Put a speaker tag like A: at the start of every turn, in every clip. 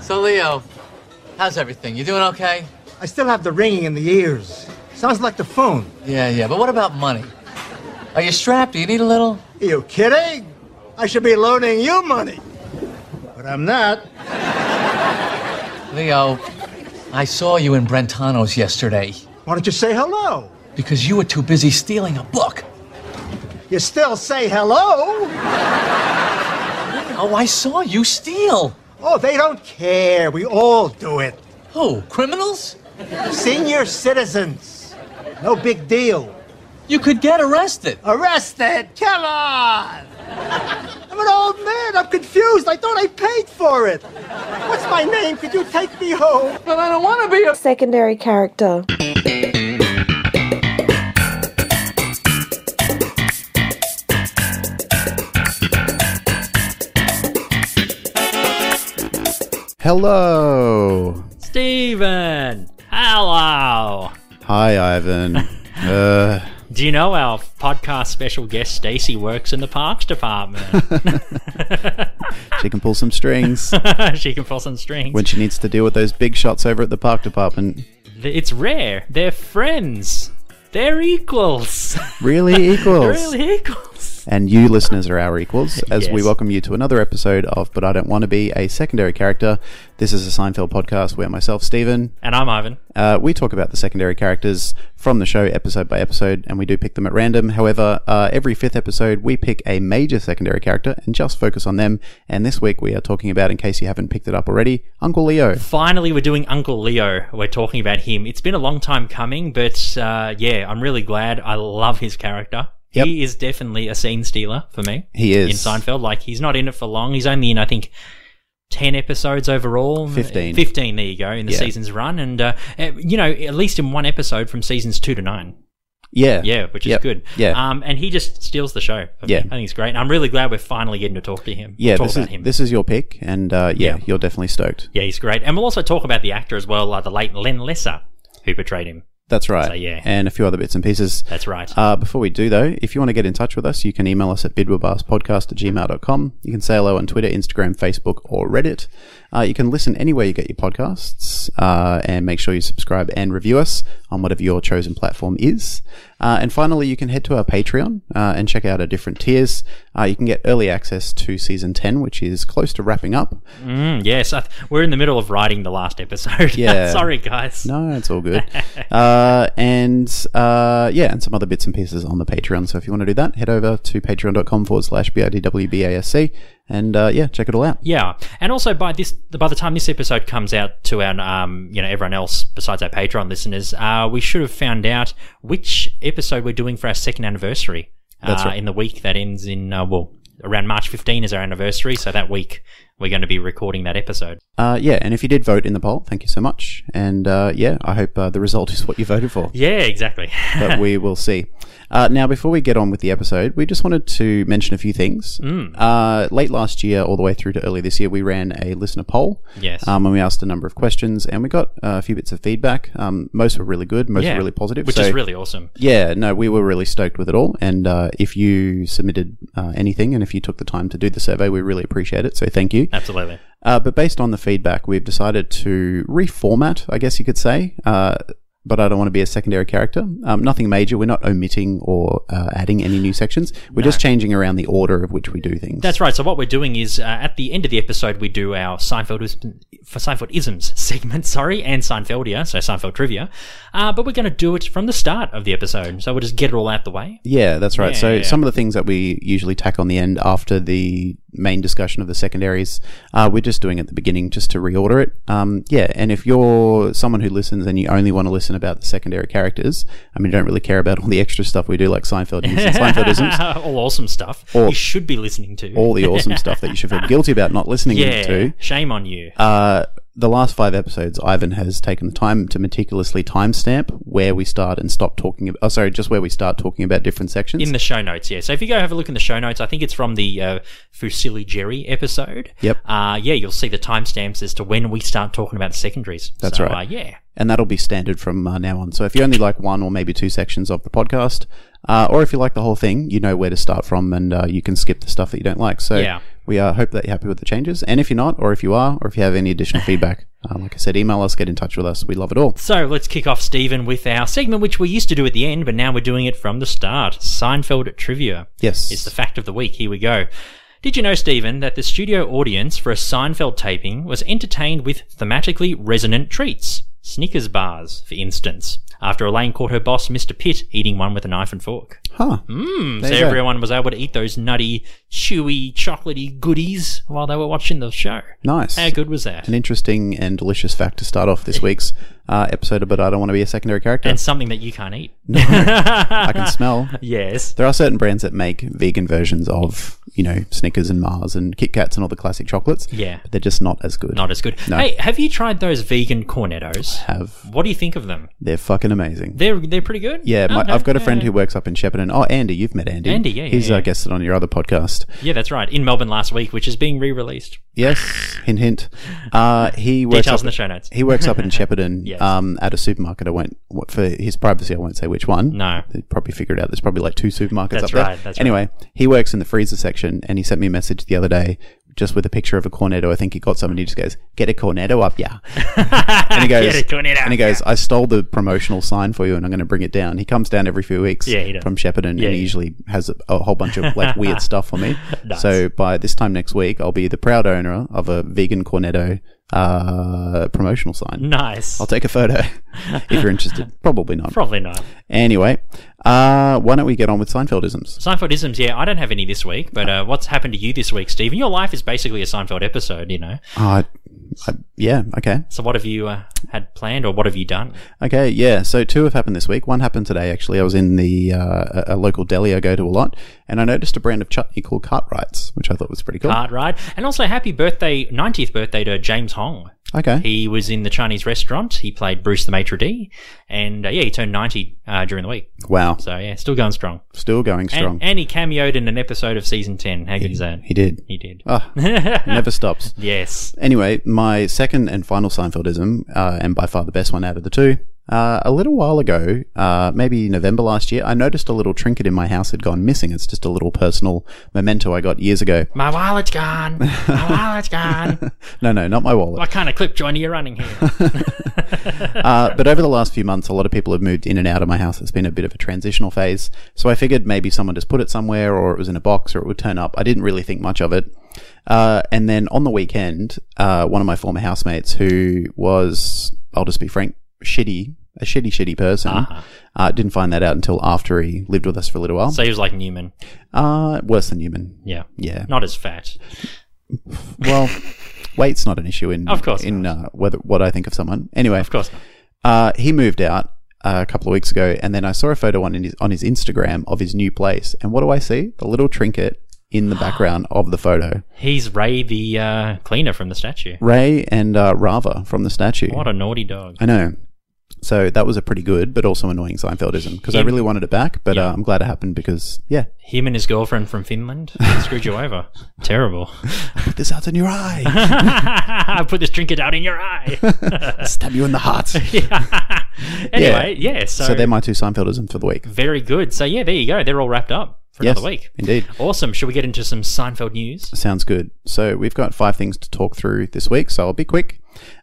A: So, Leo, how's everything? You doing okay?
B: I still have the ringing in the ears. Sounds like the phone.
A: Yeah, yeah, but what about money? Are you strapped? Do you need a little?
B: Are you kidding? I should be loaning you money. But I'm not.
A: Leo, I saw you in Brentano's yesterday
B: Why don't you say hello?
A: because you were too busy stealing a book.
B: You still say hello?
A: Oh, I saw you steal.
B: Oh, they don't care. We all do it.
A: Who? Criminals?
B: Senior citizens. No big deal.
A: You could get arrested.
B: Arrested? Come on! I'm an old man. I'm confused. I thought I paid for it. What's my name? Could you take me home?
A: But I don't want to be a.
C: Secondary character.
D: Hello.
E: Steven! Hello!
D: Hi, Ivan. uh,
E: Do you know our podcast special guest Stacy works in the parks department?
D: she can pull some strings
E: she can pull some strings.
D: when she needs to deal with those big shots over at the park department.
E: it's rare. They're friends. They're equals.
D: Really equals.
E: really equals.
D: And you listeners are our equals as we
E: Yes.
D: welcome you to another episode of But I Don't Want to Be a Secondary Character. This is a Seinfeld podcast where myself, Stephen,
E: And I'm Ivan.
D: Uh, we talk about the secondary characters from the show episode by episode, and we do pick them at random. However, uh, every fifth episode, we pick a major secondary character and just focus on them. And this week, we are talking about, in case you haven't picked it up already, Uncle Leo.
E: Finally, we're doing Uncle Leo. We're talking about him. It's been a long time coming, but uh, yeah, I'm really glad. I love his character.
D: Yep.
E: He is definitely a scene stealer for me.
D: He is.
E: in Seinfeld. Like he's not in it for long. He's only in I think ten episodes overall. Uh,
D: 15.
E: Fifteen. There you go in the
D: Yeah.
E: season's run, and uh, eh, you know at least in one episode from seasons two to nine.
D: Yeah.
E: Yeah, which is
D: Yep.
E: good.
D: Yeah.
E: Um, and he just steals the show. for me.
D: Yeah.
E: I think it's great. And I'm really glad we're finally getting to talk to him.
D: yeah,
E: talk
D: this
E: about
D: is,
E: him.
D: this is your pick, and uh, yeah,
E: Yeah.
D: you're definitely stoked.
E: yeah, he's great. And we'll also talk about the actor as well, like the late Len Lesser, who portrayed him.
D: That's right.
E: So, yeah.
D: And a few other bits and pieces.
E: That's right.
D: Uh, before we do, though, if you want to get in touch with us, you can email us at bidwabastpodcast at gmail.com. You can say hello on Twitter, Instagram, Facebook, or Reddit. Uh, you can listen anywhere you get your podcasts uh, and make sure you subscribe and review us on whatever your chosen platform is. Uh, and finally, you can head to our Patreon uh, and check out our different tiers. Uh, you can get early access to season 10, which is close to wrapping up.
E: Mm, yes, I th- we're in the middle of writing the last episode.
D: Yeah.
E: Sorry, guys.
D: No, it's all good. uh, and uh, yeah, and some other bits and pieces on the Patreon. So if you want to do that, head over to patreon.com forward slash BIDWBASC and uh, yeah, check it all out.
E: Yeah, and also by this, by the time this episode comes out to our, um, you know, everyone else besides our Patreon listeners, uh, we should have found out which episode we're doing for our second anniversary.
D: That's
E: uh,
D: right.
E: In the week that ends in uh, well, around March 15 is our anniversary, so that week we're going to be recording that episode.
D: Uh, yeah, and if you did vote in the poll, thank you so much. And uh, yeah, I hope uh, the result is what you voted for.
E: Yeah, exactly.
D: but we will see. Uh, now, before we get on with the episode, we just wanted to mention a few things.
E: Mm.
D: Uh, late last year, all the way through to early this year, we ran a listener poll.
E: Yes.
D: Um, and we asked a number of questions, and we got uh, a few bits of feedback. Um, most were really good. Most
E: yeah,
D: were really positive.
E: which
D: So-
E: is really awesome.
D: yeah, no, we were really stoked with it all. And uh, if you submitted uh, anything, and if you took the time to do the survey, we really appreciate it. So thank you.
E: Absolutely.
D: Uh, but based on the feedback, we've decided to reformat, I guess you could say. Uh, but I don't want to be a secondary character. Um, nothing major. We're not omitting or uh, adding any new sections. We're just changing around the order of which we do things.
E: That's right. So what we're doing is uh, at the end of the episode we do our Seinfeld for Seinfeld isms segment, sorry, and Seinfeldia, so Seinfeld trivia. Uh, but we're going to do it from the start of the episode, so we'll just get it all out the way.
D: Yeah, that's right. so
E: Yeah.
D: some of the things that we usually tack on the end after the main discussion of the secondaries, uh, we're just doing at the beginning just to reorder it. Um, yeah, and if you're someone who listens and you only want to listen about the secondary characters, I mean, you don't really care about all the extra stuff we do, like Seinfeld news and Seinfeldisms,
E: all awesome stuff
D: Or-
E: you should be listening to.
D: all the awesome stuff that you should feel guilty about not listening
E: yeah,
D: to.
E: shame on you.
D: Uh, the last five episodes, Ivan has taken the time to meticulously timestamp where we start and stop talking. About, oh, sorry, just where we start talking about different sections.
E: in the show notes, yeah. So if you go have a look in the show notes, I think it's from the uh, Fusili Jerry episode.
D: Yep.
E: Uh, yeah, you'll see the timestamps as to when we start talking about secondaries.
D: That's
E: So,
D: right.
E: Uh, yeah.
D: and that'll be standard from uh, now on. So if you only like one or maybe two sections of the podcast, uh, or if you like the whole thing, you know where to start from, and uh, you can skip the stuff that you don't like. So
E: Yeah.
D: We uh, hope that you're happy with the changes. And if you're not, or if you are, or if you have any additional feedback, uh, like I said, email us, get in touch with us. We love it all.
E: So let's kick off, Stephen, with our segment which we used to do at the end, but now we're doing it from the start. Seinfeld trivia.
D: Yes.
E: It's the fact of the week. Here we go. Did you know, Stephen, that the studio audience for a Seinfeld taping was entertained with thematically resonant treats? Snickers bars, for instance, after Elaine caught her boss, Mr. Pitt, eating one with a knife and fork.
D: Huh.
E: So
D: There you go.
E: everyone was able to eat those nutty, chewy, chocolatey goodies while they were watching the show.
D: Nice.
E: How good was that?
D: An interesting and delicious fact to start off this week's uh, episode, but I don't want to be a secondary character.
E: And something that you can't eat.
D: I can smell.
E: Yes.
D: There are certain brands that make vegan versions of, you know, Snickers and Mars and Kit Kats and all the classic chocolates.
E: Yeah.
D: But they're just not as good.
E: Not as good.
D: No.
E: Hey, have you tried those vegan cornettos?
D: have.
E: What do you think of them?
D: They're fucking amazing.
E: They're they're pretty good.
D: Yeah,
E: Oh,
D: my,
E: no,
D: I've got a
E: yeah,
D: friend
E: yeah.
D: who works up in Shepparton. Oh, Andy, you've met Andy.
E: Andy, yeah, yeah,
D: He's
E: yeah.
D: uh, guested on your other podcast.
E: Yeah, that's right. In Melbourne last week, which is being re-released.
D: Yes, hint, hint. Uh, he works
E: Details
D: up-
E: in the show notes.
D: He works up in Shepparton
E: Yes.
D: um, at a supermarket. I won't what- for his privacy. I won't say which one.
E: No.
D: they probably figured out. There's probably like two supermarkets
E: That's
D: up there.
E: right, that's right.
D: anyway, he works in the freezer section, and he sent me a message the other day just with a picture of a cornetto. I think he got some, and he just goes, "Get a cornetto up, yeah." and he goes,
E: Get a cornetto
D: and he
E: up,
D: goes, "I stole the promotional sign for you, and I'm going to bring it down." He comes down every few weeks.
E: Yeah, he does.
D: from Shepparton,
E: Yeah,
D: and he
E: yeah.
D: usually has a, a whole bunch of like weird stuff for me.
E: Nice.
D: So by this time next week, I'll be the proud owner of a vegan cornetto uh, promotional
E: Mm.
D: sign.
E: Nice.
D: I'll take a photo if you're interested. Probably not.
E: Probably not.
D: Anyway, uh, why don't we get on with Seinfeldisms?
E: Seinfeldisms, yeah, I don't have any this week, but uh, what's happened to you this week, Stephen? Your life is basically a Seinfeld episode, you know.
D: Uh, I, yeah, okay.
E: So what have you uh, had planned, or what have you done?
D: Okay, yeah. So two have happened this week. One happened today, actually. I was in the uh, a- a local deli I go to a lot, and I noticed a brand of chutney called Cartwrights, which I thought was pretty cool.
E: Cartwright, and also happy birthday, ninetieth birthday to James Hong.
D: okay.
E: He was in the Chinese restaurant. He played Bruce the Maitre d', and uh, yeah, he turned ninety uh, during the week.
D: wow.
E: So yeah, still going strong.
D: Still going
E: And,
D: strong.
E: and he cameoed in an episode of season ten. How good is that?
D: he did.
E: He did.
D: Ah, never stops.
E: Yes.
D: Anyway, my second and final Seinfeldism, uh, and by far the best one out of the two, uh, a little while ago, uh, maybe November last year, I noticed a little trinket in my house had gone missing. It's just a little personal memento I got years ago.
E: My wallet's gone. My wallet's gone.
D: No, no, not my wallet.
E: What kind of clip joint are you running here?
D: Uh, but over the last few months, a lot of people have moved in and out of my house. It's been a bit of a transitional phase. So I figured maybe someone just put it somewhere or it was in a box or it would turn up. I didn't really think much of it. Uh, and then on the weekend, uh, one of my former housemates who was, I'll just be frank, shitty, a shitty, shitty person, uh didn't find that out until after he lived with us for a little while.
E: Uh-huh. So he was like Newman.
D: uh, worse than human.
E: Yeah.
D: Yeah.
E: Not as fat.
D: Well, weight's not an issue in,
E: Of course
D: in uh, whether, what I think of someone. Anyway,
E: Of course not.
D: Uh, he moved out uh, a couple of weeks ago, and then I saw a photo on his on his Instagram of his new place. And what do I see? The little trinket in the background of the photo.
E: He's Ray the uh, cleaner from the statue.
D: Ray and uh, Rava from the statue.
E: What a naughty dog.
D: I know. So that was a pretty good, but also annoying Seinfeldism because I
E: Yeah.
D: really wanted it back. But
E: Yeah.
D: uh, I'm glad it happened because yeah,
E: Him and his girlfriend from Finland screwed you over. Terrible.
D: put this out in your eye,
E: I put this trinket out in your eye.
D: stab you in the heart.
E: anyway, yeah. so,
D: So, they're my two Seinfeldisms for the week.
E: very good. So yeah, there you go. They're all wrapped up for
D: Yes,
E: another week.
D: indeed.
E: Awesome. Should we get into some Seinfeld news?
D: Sounds good. So we've got five things to talk through this week, so I'll be quick.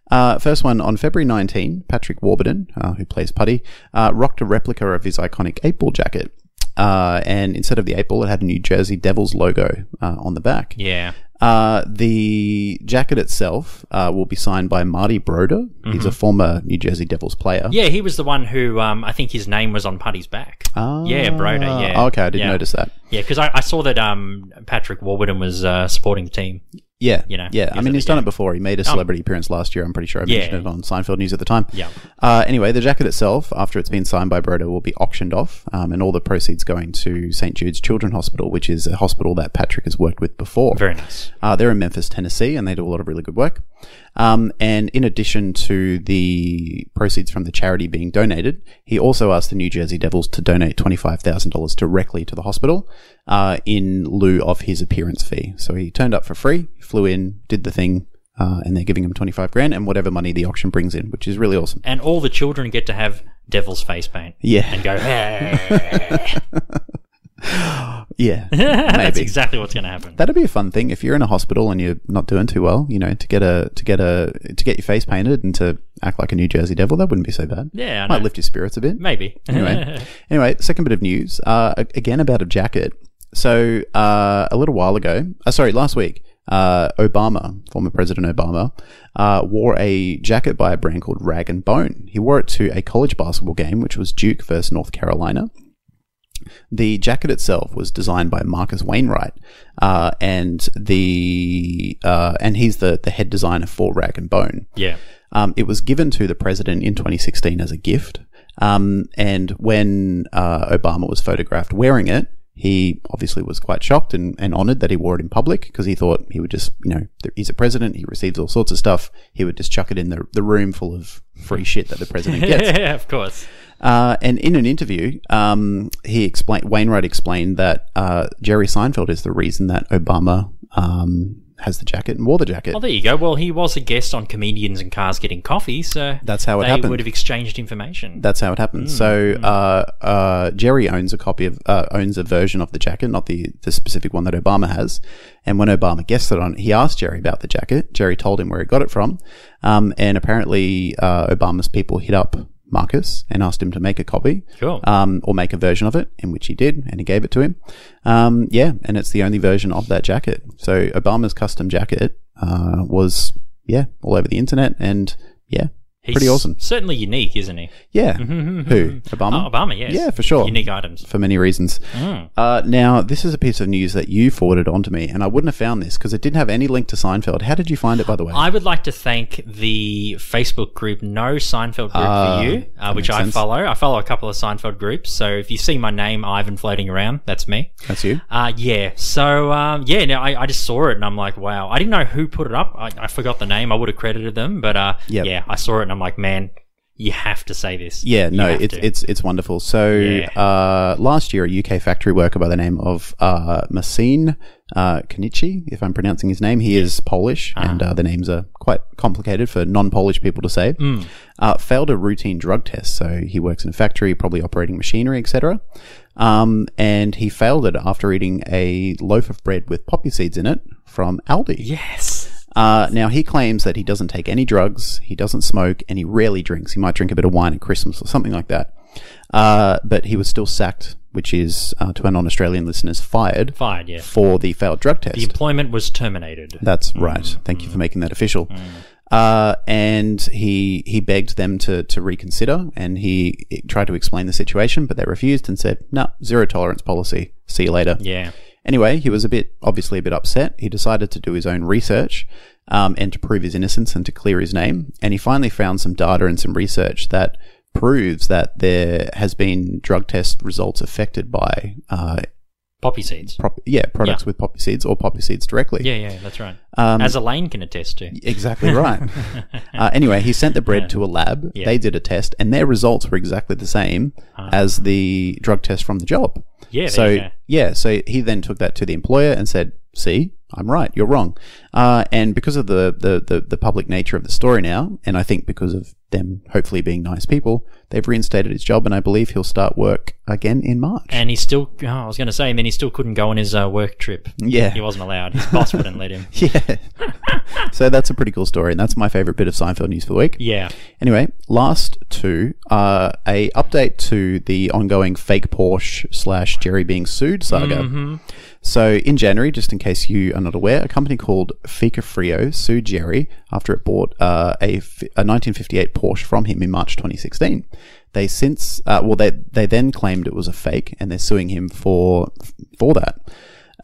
D: Uh, first one on February 19, Patrick Warburton, uh, who plays Putty, uh, rocked a replica of his iconic eight ball jacket. Uh, and instead of the eight ball, it had a New Jersey Devils logo uh, on the back.
E: Yeah.
D: Uh, the jacket itself uh, will be signed by Marty Broder. He's a former New Jersey Devils player.
E: Mm-hmm. Yeah, he was the one who um, I think his name was on Putty's back.
D: Ah,
E: yeah, Broder. Yeah.
D: Okay, I didn't
E: Yeah.
D: notice that.
E: Yeah, because I, I saw that um, Patrick Warburton was uh, supporting the team.
D: Yeah,
E: you know,
D: yeah.
E: he
D: I
E: was
D: mean,
E: at
D: he's
E: the
D: done
E: game. Oh.
D: it before. He made a celebrity appearance last year. I'm pretty sure I mentioned
E: Yeah.
D: it on Seinfeld News at the time.
E: Yeah.
D: Uh, anyway, the jacket itself, after it's been signed by Broder, will be auctioned off, um, and all the proceeds going to St Jude's Children's Hospital, which is a hospital that Patrick has worked with before.
E: Very nice.
D: Uh, they're in Memphis, Tennessee, and they do a lot of really good work. Um, and in addition to the proceeds from the charity being donated, he also asked the New Jersey Devils to donate $25,000 directly to the hospital uh, in lieu of his appearance fee. So he turned up for free, flew in, did the thing, uh, and they're giving him 25 grand and whatever money the auction brings in, which is really awesome.
E: And all the children get to have devil's face paint
D: Yeah.
E: and go, hey.
D: Yeah, maybe.
E: That's exactly what's going to happen.
D: That'd be a fun thing if you're in a hospital and you're not doing too well. You know, to get a to get a to get your face painted and to act like a New Jersey Devil. That wouldn't be so bad.
E: Yeah, I
D: might
E: know.
D: lift your spirits a bit.
E: Maybe.
D: anyway, anyway, second bit of news. Uh, a- again about a jacket. So uh, a little while ago, uh, sorry, last week, uh, Obama, former President Obama, uh, wore a jacket by a brand called Rag and Bone. He wore it to a college basketball game, which was Duke versus North Carolina. The jacket itself was designed by Marcus Wainwright, uh, and the uh, and he's the the head designer for Rag and Bone.
E: yeah.
D: Um, it was given to the president in 2016 as a gift. Um, and when uh, Obama was photographed wearing it, he obviously was quite shocked and, and honored that he wore it in public because he thought he would just, you know, th- he's a president, he receives all sorts of stuff, he would just chuck it in the, the room full of free shit that the president gets.
E: yeah, of course.
D: Uh, and in an interview, um, he explained Wainwright explained that uh, Jerry Seinfeld is the reason that Obama um, has the jacket and wore the jacket.
E: Well, there you go. Well, he was a guest on Comedians and Cars Getting Coffee, so
D: That's how it
E: they
D: happened.
E: would have exchanged information.
D: That's how it happened. So uh, uh, Jerry owns a copy of uh, owns a version of the jacket, not the the specific one that Obama has. And when Obama guessed it on, he asked Jerry about the jacket. Jerry told him where he got it from, um, and apparently uh, Obama's people hit up Marcus and asked him to make a copy,
E: Cool.
D: um, or make a version of it, in which he did, and he gave it to him. Um, yeah, and it's the only version of that jacket. So Obama's custom jacket uh, was yeah all over the internet, and yeah,
E: He's
D: pretty awesome.
E: Certainly unique, isn't he?
D: Yeah. Who? Obama?
E: Oh, Obama, yes.
D: Yeah, for sure.
E: Unique items.
D: For many reasons.
E: Mm.
D: Uh, now, this is a piece of news that you forwarded on to me, and I wouldn't have found this because it didn't have any link to Seinfeld. How did you find it, by the way?
E: I would like to thank the Facebook group No Seinfeld Group
D: Ah,
E: for You, uh, which
D: makes
E: I
D: sense.
E: follow. I follow a couple of Seinfeld groups, so if you see my name, Ivan, floating around, that's me.
D: That's you.
E: Uh, yeah. So, um, yeah, no, I, I just saw it and I'm like, wow. I didn't know who put it up. I, I forgot the name. I would have credited them, but uh,
D: Yep.
E: yeah, I saw it and I'm like, man, you have to say this.
D: Yeah,
E: You
D: no,
E: have
D: it's
E: to.
D: it's it's wonderful. So
E: Yeah.
D: uh, last year, a UK factory worker by the name of uh, Masin uh, Konichi, if I'm pronouncing his name, he is Polish,
E: Ah.
D: and uh, the names are quite complicated for non-Polish people to say.
E: Hmm.
D: Uh, failed a routine drug test, so he works in a factory, probably operating machinery, etc. Um, and he failed it after eating a loaf of bread with poppy seeds in it from Aldi.
E: Yes.
D: Uh, now he claims that he doesn't take any drugs, he doesn't smoke, and he rarely drinks. He might drink a bit of wine at Christmas or something like that. Uh, but he was still sacked, which is uh, to our non-Australian listeners, fired
E: Fired, yeah.
D: for the failed drug test.
E: The employment was terminated.
D: That's right. Thank you for making that official. Uh, and he he begged them to to reconsider, and he tried to explain the situation, but they refused and said, "No, zero tolerance policy. See you later."
E: yeah.
D: Anyway, he was a bit, obviously a bit upset. He decided to do his own research um, and to prove his innocence and to clear his name. And he finally found some data and some research that proves that there has been drug test results affected by, uh,
E: Poppy seeds.
D: prop- yeah, products
E: Yeah.
D: with poppy seeds or poppy seeds directly.
E: Yeah, yeah, that's right.
D: Um,
E: As Elaine can attest to.
D: Exactly right. uh, anyway, he sent the bread to a lab.
E: Yeah. Ah.
D: They did a test, and their results were exactly the same as the drug test from the job.
E: Yeah, there
D: So
E: you go.
D: yeah, so he then took that to the employer and said, "See, I'm right. You're wrong." Uh, and because of the, the the the public nature of the story now, and I think because of them hopefully being nice people, they've reinstated his job, and I believe he'll start work again in March.
E: And he still, oh, I was going to say, and then he still couldn't go on his uh, work trip.
D: yeah,
E: He wasn't allowed. His boss wouldn't let him.
D: yeah. so that's a pretty cool story, and that's my favorite bit of Seinfeld news for the week.
E: Yeah.
D: Anyway, last two are a update to the ongoing fake Porsche slash Jerry being sued saga. So in January, just in case you are not aware, a company called Fika Frio sued Jerry after it bought uh, a, f- a 1958 Porsche from him in March 2016. They since, uh, well, they they then claimed it was a fake, and they're suing him for for that.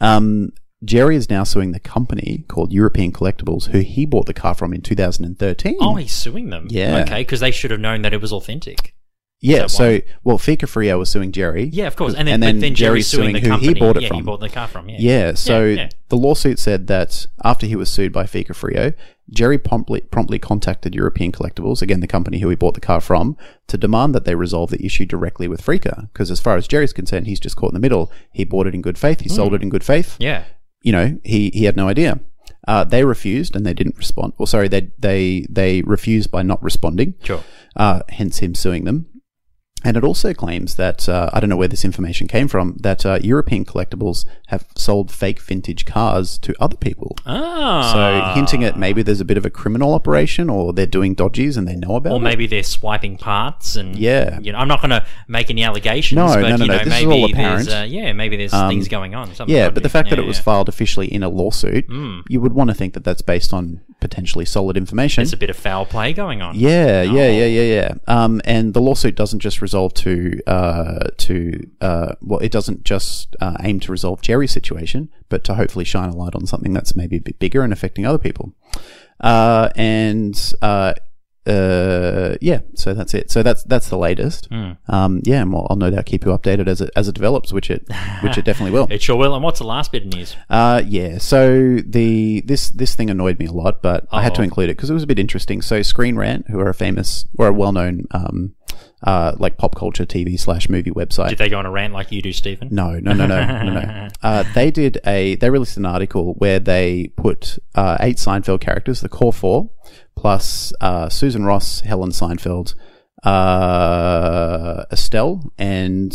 D: Um, Jerry is now suing the company called European Collectibles, who he bought the car from in 2013.
E: Oh, he's suing them.
D: Yeah.
E: Okay, because they should have known that it was authentic.
D: Yeah,
E: that
D: so well, Fika Frio was suing Jerry.
E: Yeah, of course. And then,
D: and
E: but
D: then
E: then
D: Jerry's
E: Jerry's suing,
D: suing
E: the
D: who he
E: company.
D: bought it
E: yeah,
D: from.
E: he bought the car from. Yeah.
D: Yeah, so
E: yeah.
D: the lawsuit said that after he was sued by Fika Frio, Jerry promptly promptly contacted European Collectibles, again the company who he bought the car from, to demand that they resolve the issue directly with Fika. Because as far as Jerry's concerned, he's just caught in the middle. He bought it in good faith. He sold it in good faith.
E: Mm. Yeah.
D: You know, he he had no idea. Uh, they refused and they didn't respond. Or sorry, they they they refused by not responding
E: Sure.
D: uh, hence him suing them. And it also claims that, uh, I don't know where this information came from, that uh, European collectibles have sold fake vintage cars to other people.
E: Ah.
D: So hinting at maybe there's a bit of a criminal operation or they're doing dodgies and they know about
E: Or
D: it.
E: maybe they're swiping parts, and
D: Yeah.
E: you know, I'm not going to make any allegations.
D: No, no,
E: but,
D: no,
E: you
D: no,
E: know,
D: this is
E: maybe
D: all
E: there's,
D: apparent. Um,
E: Uh, yeah, maybe there's things going on. something
D: Yeah,
E: dodgy.
D: but the fact that
E: Yeah,
D: it
E: Hmm.
D: was
E: yeah.
D: filed officially in a lawsuit, you would want to think that that's based on potentially solid information.
E: there's a bit of foul play going on.
D: Yeah, yeah, yeah, yeah, yeah. Um, and the lawsuit doesn't just resolve to uh, to uh, well, it doesn't just uh, aim to resolve Jerry's situation, but to hopefully shine a light on something that's maybe a bit bigger and affecting other people. Uh, and uh, uh, yeah, so that's it. So that's that's the latest. Um, yeah, and well, I'll no doubt keep you updated as it as it develops, which it which it definitely will.
E: It sure will. And what's the last bit of news?
D: Uh, yeah. So the this this thing annoyed me a lot, but I had to
E: Uh-oh.
D: include it because it was a bit interesting. So Screen Rant, who are a famous or a well known um, uh, like pop culture TV slash movie website.
E: Did they go on a rant like you do, Stephen?
D: no, no, no, no, no, no. Uh, they did a. They released an article where they put uh, eight Seinfeld characters, the core four, plus uh, Susan Ross, Helen Seinfeld, uh, Estelle, and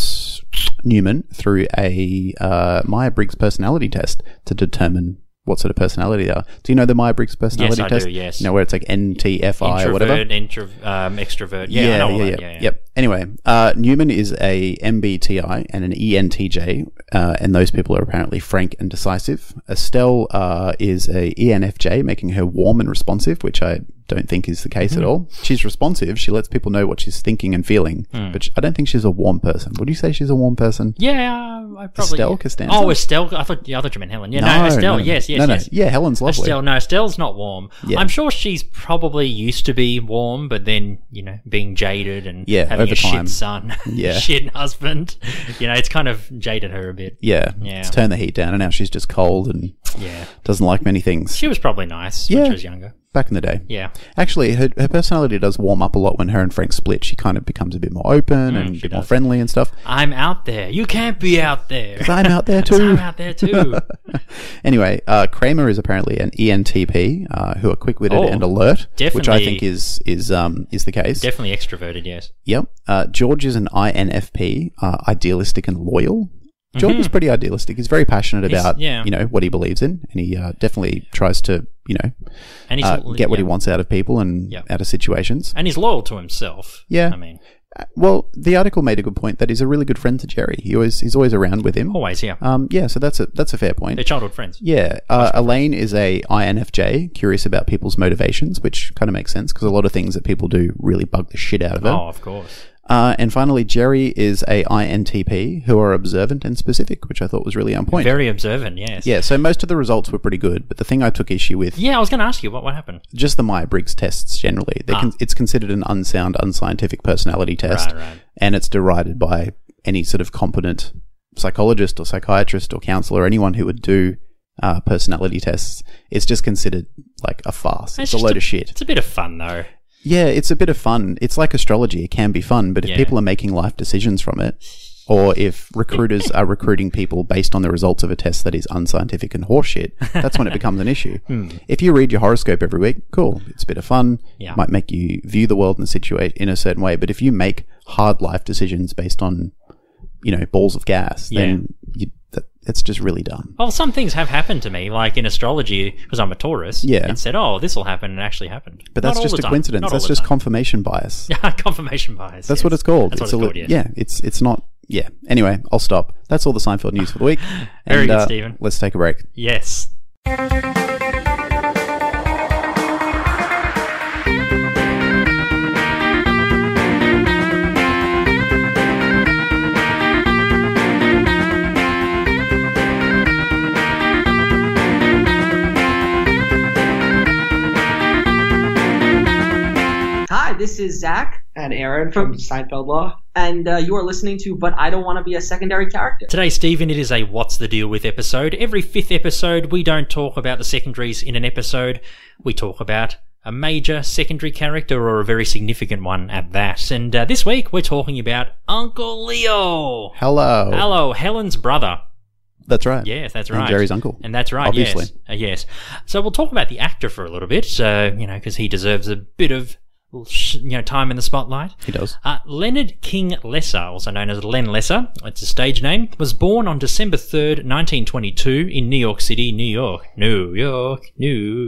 D: Newman through a uh, Meyer Briggs personality test to determine what sort of personality they are. Do you know the Meyer Briggs personality
E: I do,
D: test?
E: yes.
D: You know where it's like NTFI or
E: Introvert,
D: whatever.
E: introv- um, extrovert. Yeah, I know all that. yeah, yeah.
D: Yep. Anyway, uh, Newman is a MBTI and an E ENTJ, uh, and those people are apparently frank and decisive. Estelle uh, is a ENFJ, making her warm and responsive, which I don't think is the case
E: Hmm.
D: at all. She's responsive; she lets people know what she's thinking and feeling,
E: Hmm.
D: but sh- I don't think she's a warm person. Would you say she's a warm person?
E: Yeah, I probably
D: Estelle Costanza?
E: Oh, Estelle. I thought the other meant Helen. Yeah, no, Estelle. Yes, yes,
D: no, no.
E: yes.
D: Yeah, Helen's lovely.
E: Estelle, no, Estelle's not warm.
D: Yeah.
E: I'm sure she's probably used to be warm, but then you know, being jaded and
D: Yeah,
E: having
D: over
E: a
D: time.
E: shit son,
D: Yeah.
E: shit husband, you know, it's kind of jaded her a bit.
D: Yeah,
E: Yeah.
D: Let's turn the heat down, and now she's just cold and
E: Yeah.
D: doesn't like many things.
E: she was probably nice when
D: Yeah.
E: she was younger.
D: Back in the day,
E: Yeah,
D: Actually, her, her personality does warm up a lot when her and Frank split. She kind of becomes a bit more
E: Mm,
D: open and a bit more friendly and stuff.
E: I'm out there. You can't be out there.
D: I'm out there
E: 'Cause I'm
D: too.
E: out there too.
D: anyway, uh, Kramer is apparently an E ENTP uh, who are quick witted
E: Oh,
D: and alert, which I
E: definitely.
D: think is is um, is the case.
E: Definitely extroverted. Yes.
D: yep. Uh, George is an INFP, uh, idealistic and loyal. George is pretty idealistic. He's very passionate about
E: Mm-hmm. yeah.
D: you know what he believes in, and he uh, definitely tries to you know
E: And he's
D: uh,
E: lo-
D: get what he
E: yeah.
D: wants out of people and
E: Yep.
D: out of situations.
E: And he's loyal to himself.
D: Yeah.
E: I mean,
D: Well, the article made a good point that he's a really good friend to Jerry. He always he's always around with him.
E: always. Yeah.
D: Um, yeah, so that's a that's a fair
E: They're
D: point.
E: childhood friends.
D: Yeah, uh, Elaine is a INFJ, curious about people's motivations, which kind of makes sense because a lot of things that people do really bug the shit out of them.
E: Oh, of course.
D: Uh, and finally, Jerry is a INTP, who are observant and specific, which I thought was really on point.
E: Very observant. Yes.
D: yeah, so most of the results were pretty good, but the thing I took issue with
E: Yeah, I was going to ask you what what happened.
D: just the Meyer Briggs tests generally. They're con- it's considered an unsound, unscientific personality test,
E: Ah. Right, right.
D: and it's derided by any sort of competent psychologist or psychiatrist or counselor, anyone who would do uh, personality tests. It's just considered like a farce. It's, a
E: just
D: load of shit.
E: It's a bit of fun though.
D: Yeah, it's a bit of fun. It's like astrology. It can be fun, but if
E: Yeah.
D: people are making life decisions from it, or if recruiters are recruiting people based on the results of a test that is unscientific and horseshit, that's when it becomes an issue.
E: Hmm.
D: If you read your horoscope every week, cool. It's a bit of fun.
E: Yeah.
D: Might make you view the world and situate in a certain way. But if you make hard life decisions based on, you know, balls of gas, then you, that, that's just really dumb.
E: Well, some things have happened to me, like in astrology, because I'm a Taurus.
D: Yeah.
E: It said, "Oh, this will happen," and it actually happened.
D: But
E: Not
D: that's
E: all
D: just
E: the
D: a
E: time.
D: coincidence.
E: Not
D: That's
E: all the
D: just
E: time.
D: confirmation bias.
E: yeah, confirmation bias.
D: That's
E: yes.
D: what it's called.
E: That's what
D: it's
E: it's
D: a li-
E: called, yes.
D: Yeah, it's it's not. Yeah. Anyway, I'll stop. That's all the Seinfeld news for the week.
E: Very
D: And, uh,
E: good, Stephen.
D: Let's take a break.
E: Yes.
C: Hi, this is Zach
F: and Aaron from Seinfeld Law.
C: and uh, you are listening to But I Don't Want to Be a Secondary Character.
E: Today, Stephen, it is a What's the Deal with episode. Every fifth episode, we don't talk about the secondaries in an episode. We talk about a major secondary character or a very significant one at that. And uh, this week, we're talking about Uncle Leo.
D: Oh. Hello.
E: Hello, Helen's brother.
D: That's right.
E: Yes, that's
D: And
E: right.
D: Jerry's uncle.
E: And that's right,
D: Obviously.
E: uh, yes. Uh, yes. So we'll talk about the actor for a little bit, so, you know, because he deserves a bit of l- sh- you know time in the spotlight.
D: He does.
E: Uh, Leonard King Lesser, also known as Len Lesser, it's a stage name, was born on December 3rd, 1922, in New York City, New York. New York, New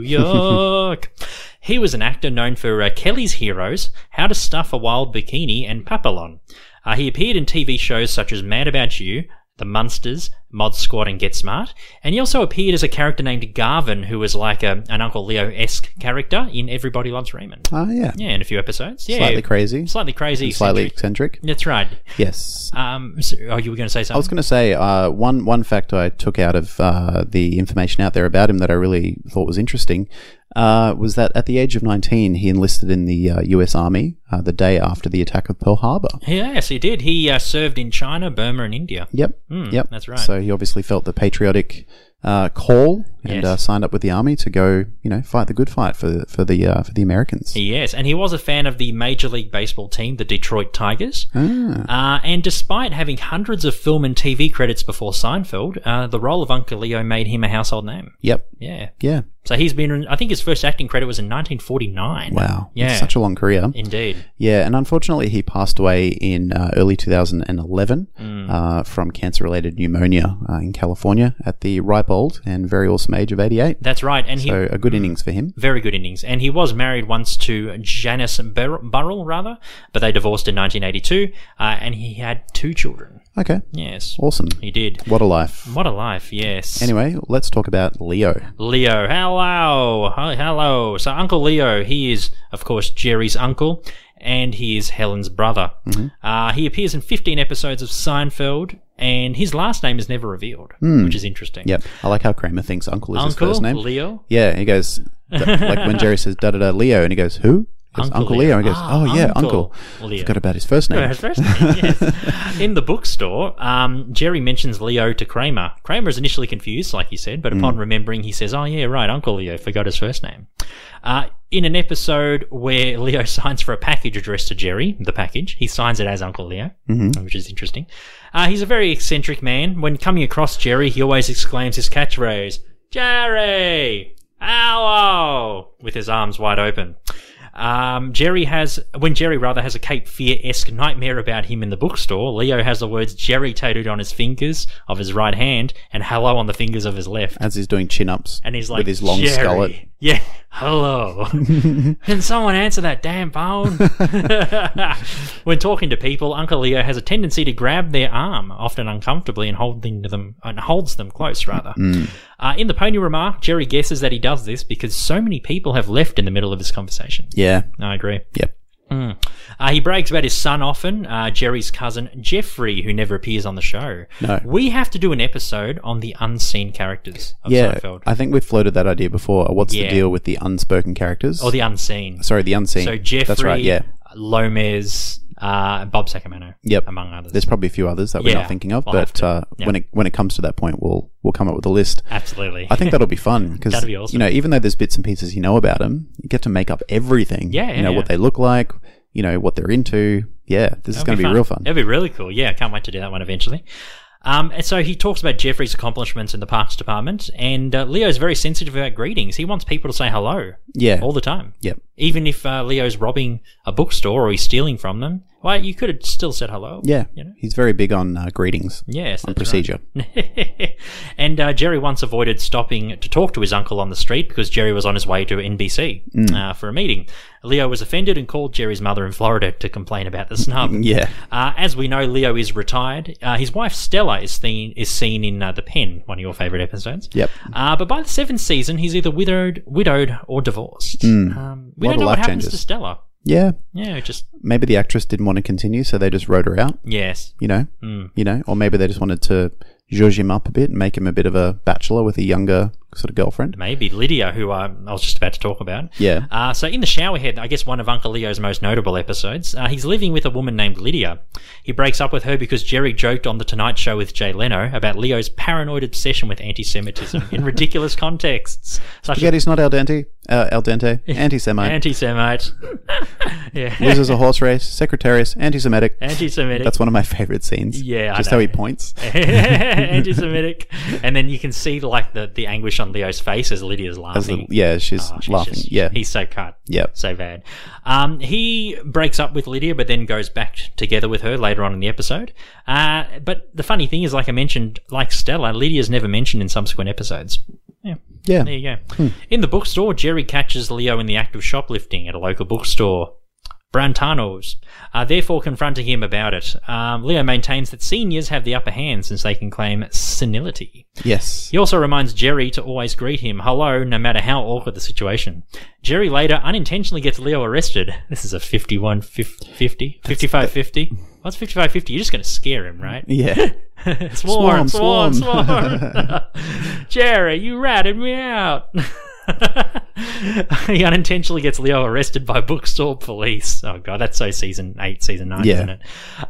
E: York. he was an actor known for uh, Kelly's Heroes, How to Stuff a Wild Bikini, and Papillon. Uh, he appeared in TV shows such as Mad About You, The Munsters, Mod Squad, and Get Smart. And he also appeared as a character named Garvin, who was like a, an Uncle Leo esque character in Everybody Loves Raymond.
D: Ah, yeah.
E: Yeah, in a few episodes. Yeah.
D: Slightly crazy.
E: Slightly crazy.
D: Slightly
E: eccentric.
D: eccentric.
E: That's right.
D: Yes.
E: Um, so, oh, you were going to say something?
D: I was going to say uh, one one fact I took out of uh, the information out there about him that I really thought was interesting uh, was that at the age of 19 he enlisted in the uh, U.S. Army uh, the day after the attack of Pearl Harbor.
E: Yes, he did. He uh, served in China, Burma, and India.
D: Yep,
E: Mm,
D: yep,
E: that's right.
D: So he obviously felt the patriotic uh, call and
E: Yes.
D: uh, signed up with the army to go, you know, fight the good fight for for the uh, for the Americans.
E: Yes, and he was a fan of the Major League Baseball team, the Detroit Tigers.
D: Ah.
E: Uh, and despite having hundreds of film and TV credits before Seinfeld, uh, the role of Uncle Leo made him a household name.
D: Yep,
E: Yeah.
D: yeah,
E: So he's been, I think his first acting credit was in 1949.
D: wow,
E: Yeah.
D: such a long career.
E: Indeed.
D: Yeah, and unfortunately, he passed away in uh, early 2011
E: Hmm.
D: uh, from cancer related pneumonia uh, in California at the ripe old and very awesome age of 88.
E: That's right. And he,
D: So, a good innings for him.
E: very good innings. And he was married once to Janice Bur- Burrell, rather, but they divorced in 1982, uh, and he had two children.
D: Okay,
E: Yes.
D: awesome.
E: He did.
D: What a life.
E: What a life, yes.
D: Anyway, let's talk about Leo.
E: Leo, hello. Hi, hello. So, Uncle Leo, he is, of course, Jerry's uncle, and he is Helen's brother.
D: Mm-hmm.
E: Uh, he appears in 15 episodes of Seinfeld, and his last name is never revealed, which is interesting.
D: Hmm. Yep, I like how Kramer thinks Uncle is
E: Uncle
D: his first name.
E: Leo?
D: Yeah, he goes, like when Jerry says da da da Leo, and he goes, who? He goes,
E: Uncle
D: Uncle,
E: Leo.
D: Leo. And he goes,
E: Ah,
D: oh, yeah,
E: Uncle
D: Uncle.
E: Leo.
D: Forgot about his first
E: Yeah,
D: name.
E: his first name, yes. In the bookstore, um, Jerry mentions Leo to Kramer. Kramer is initially confused, like you said, but upon remembering, he says, "Oh yeah, right, Uncle Leo forgot his first name." Uh, in an episode where Leo signs for a package addressed to Jerry, the package, he signs it as Uncle Leo, which is interesting. Uh, he's a very eccentric man. When coming across Jerry, he always exclaims his catchphrase, "Jerry, hello!" with his arms wide open. Um, Jerry has, when Jerry rather has a Cape Fear esque nightmare about him in the bookstore, Leo has the words Jerry tattooed on his fingers of his right hand and hello on the fingers of his left.
D: As he's doing chin ups
E: And he's like,
D: with his long
E: Jerry.
D: skullet.
E: Yeah, hello. Can someone answer that damn phone? when talking to people, Uncle Leo has a tendency to grab their arm, often uncomfortably, and holding to them and holds them close rather.
D: Mm.
E: Uh, in the pony remark, Jerry guesses that he does this because so many people have left in the middle of his conversation.
D: Yeah,
E: I agree.
D: yep.
E: Uh, he brags about his son often, uh, Jerry's cousin Jeffrey, who never appears on the show.
D: No.
E: we have to do an episode on the unseen characters of
D: Yeah,
E: Seinfeld,
D: I think we've floated that idea before. What's
E: Yeah.
D: the deal with the unspoken characters?
E: or the unseen.
D: Sorry, the unseen.
E: so Jeffrey,
D: That's right, yeah.
E: Lomez, uh, Bob Sacramento,
D: Yep.
E: among others.
D: There's probably a few others that we're
E: Yeah,
D: not thinking of,
E: we'll have
D: but
E: to.
D: uh,
E: Yeah.
D: when it when it comes to that point, we'll we'll come up with a list.
E: Absolutely,
D: I think that'll be fun because
E: That'd be awesome.
D: you know, even though there's bits and pieces you know about them, you get to make up everything.
E: Yeah, yeah,
D: you know what they
E: yeah.
D: look like, you know what they're into. Yeah, this is going to be, real fun.
E: It'd be really cool. Yeah, I can't wait to do that one eventually. Um, and so he talks about Jeffrey's accomplishments in the parks department, and uh, Leo's very sensitive about greetings. He wants people to say hello
D: Yeah,
E: all the time.
D: Yep.
E: Even if uh, Leo's robbing a bookstore or he's stealing from them, well, you could have still said hello.
D: yeah.
E: You know?
D: He's very big on uh, greetings,
E: Yes.
D: on
E: that's right. Mm.
D: procedure.
E: and uh, Jerry once avoided stopping to talk to his uncle on the street because Jerry was on his way to NBC
D: Mm.
E: uh, for a meeting. Leo was offended and called Jerry's mother in Florida to complain about the snub.
D: Yeah,
E: Uh, as we know, Leo is retired. Uh, his wife Stella is seen is seen in uh, the Pen, one of your favourite episodes.
D: Yep.
E: Uh, but by the seventh season, he's either widowed, widowed or divorced. Um,
D: Mm. Lot
E: we don't
D: of
E: know
D: life
E: what happens to
D: changes.
E: Stella.
D: yeah.
E: Yeah, just
D: Maybe the actress didn't want to continue, so they just wrote her out.
E: yes.
D: You know,
E: Mm.
D: you know, or maybe they just wanted to zhuzh him up a bit and make him a bit of a bachelor with a younger sort of girlfriend.
E: Maybe Lydia, who uh, I was just about to talk about.
D: Yeah.
E: Uh, so in the showerhead, I guess one of Uncle Leo's most notable episodes, uh, he's living with a woman named Lydia. He breaks up with her because Jerry joked on the Tonight Show with Jay Leno about Leo's paranoid obsession with anti-Semitism in ridiculous contexts, such as
D: Spaghetti's not al dente, uh, al dente, anti-Semite.
E: anti-Semite. yeah,
D: Loses a horse race, secretarius, anti-Semitic.
E: anti-Semitic.
D: That's one of my favorite scenes.
E: Yeah, I
D: just
E: know.
D: how
E: Eh,
D: he points.
E: anti-Semitic, and then you can see like the, the anguish on on Leo's face as Lydia's
D: As the-
E: laughing.
D: yeah, she's
E: Oh, she's
D: laughing.
E: just-
D: yeah.
E: he's so cut.
D: Yeah.
E: so bad. Um, he breaks up with Lydia, but then goes back together with her later on in the episode. Uh, but the funny thing is, like I mentioned, like Stella, Lydia's never mentioned in subsequent episodes.
D: Yeah.
E: There you go.
D: Hmm.
E: In the bookstore, Jerry catches Leo in the act of shoplifting at a local bookstore. Brantano's, uh, therefore confronting him about it. Um, Leo maintains that seniors have the upper hand since they can claim senility.
D: Yes.
E: He also reminds Jerry to always greet him hello, no matter how awkward the situation. Jerry later unintentionally gets Leo arrested. This is a 51 50, 55 50. What's 55 50? You're just going to scare him, right?
D: Yeah.
E: swarm, swarm,
D: Swarm,
E: swarm.
D: swarm.
E: Jerry, you ratted me out. he unintentionally gets Leo arrested by bookstore police. Oh god, that's so season eight, season nine,
D: Yeah.
E: isn't it?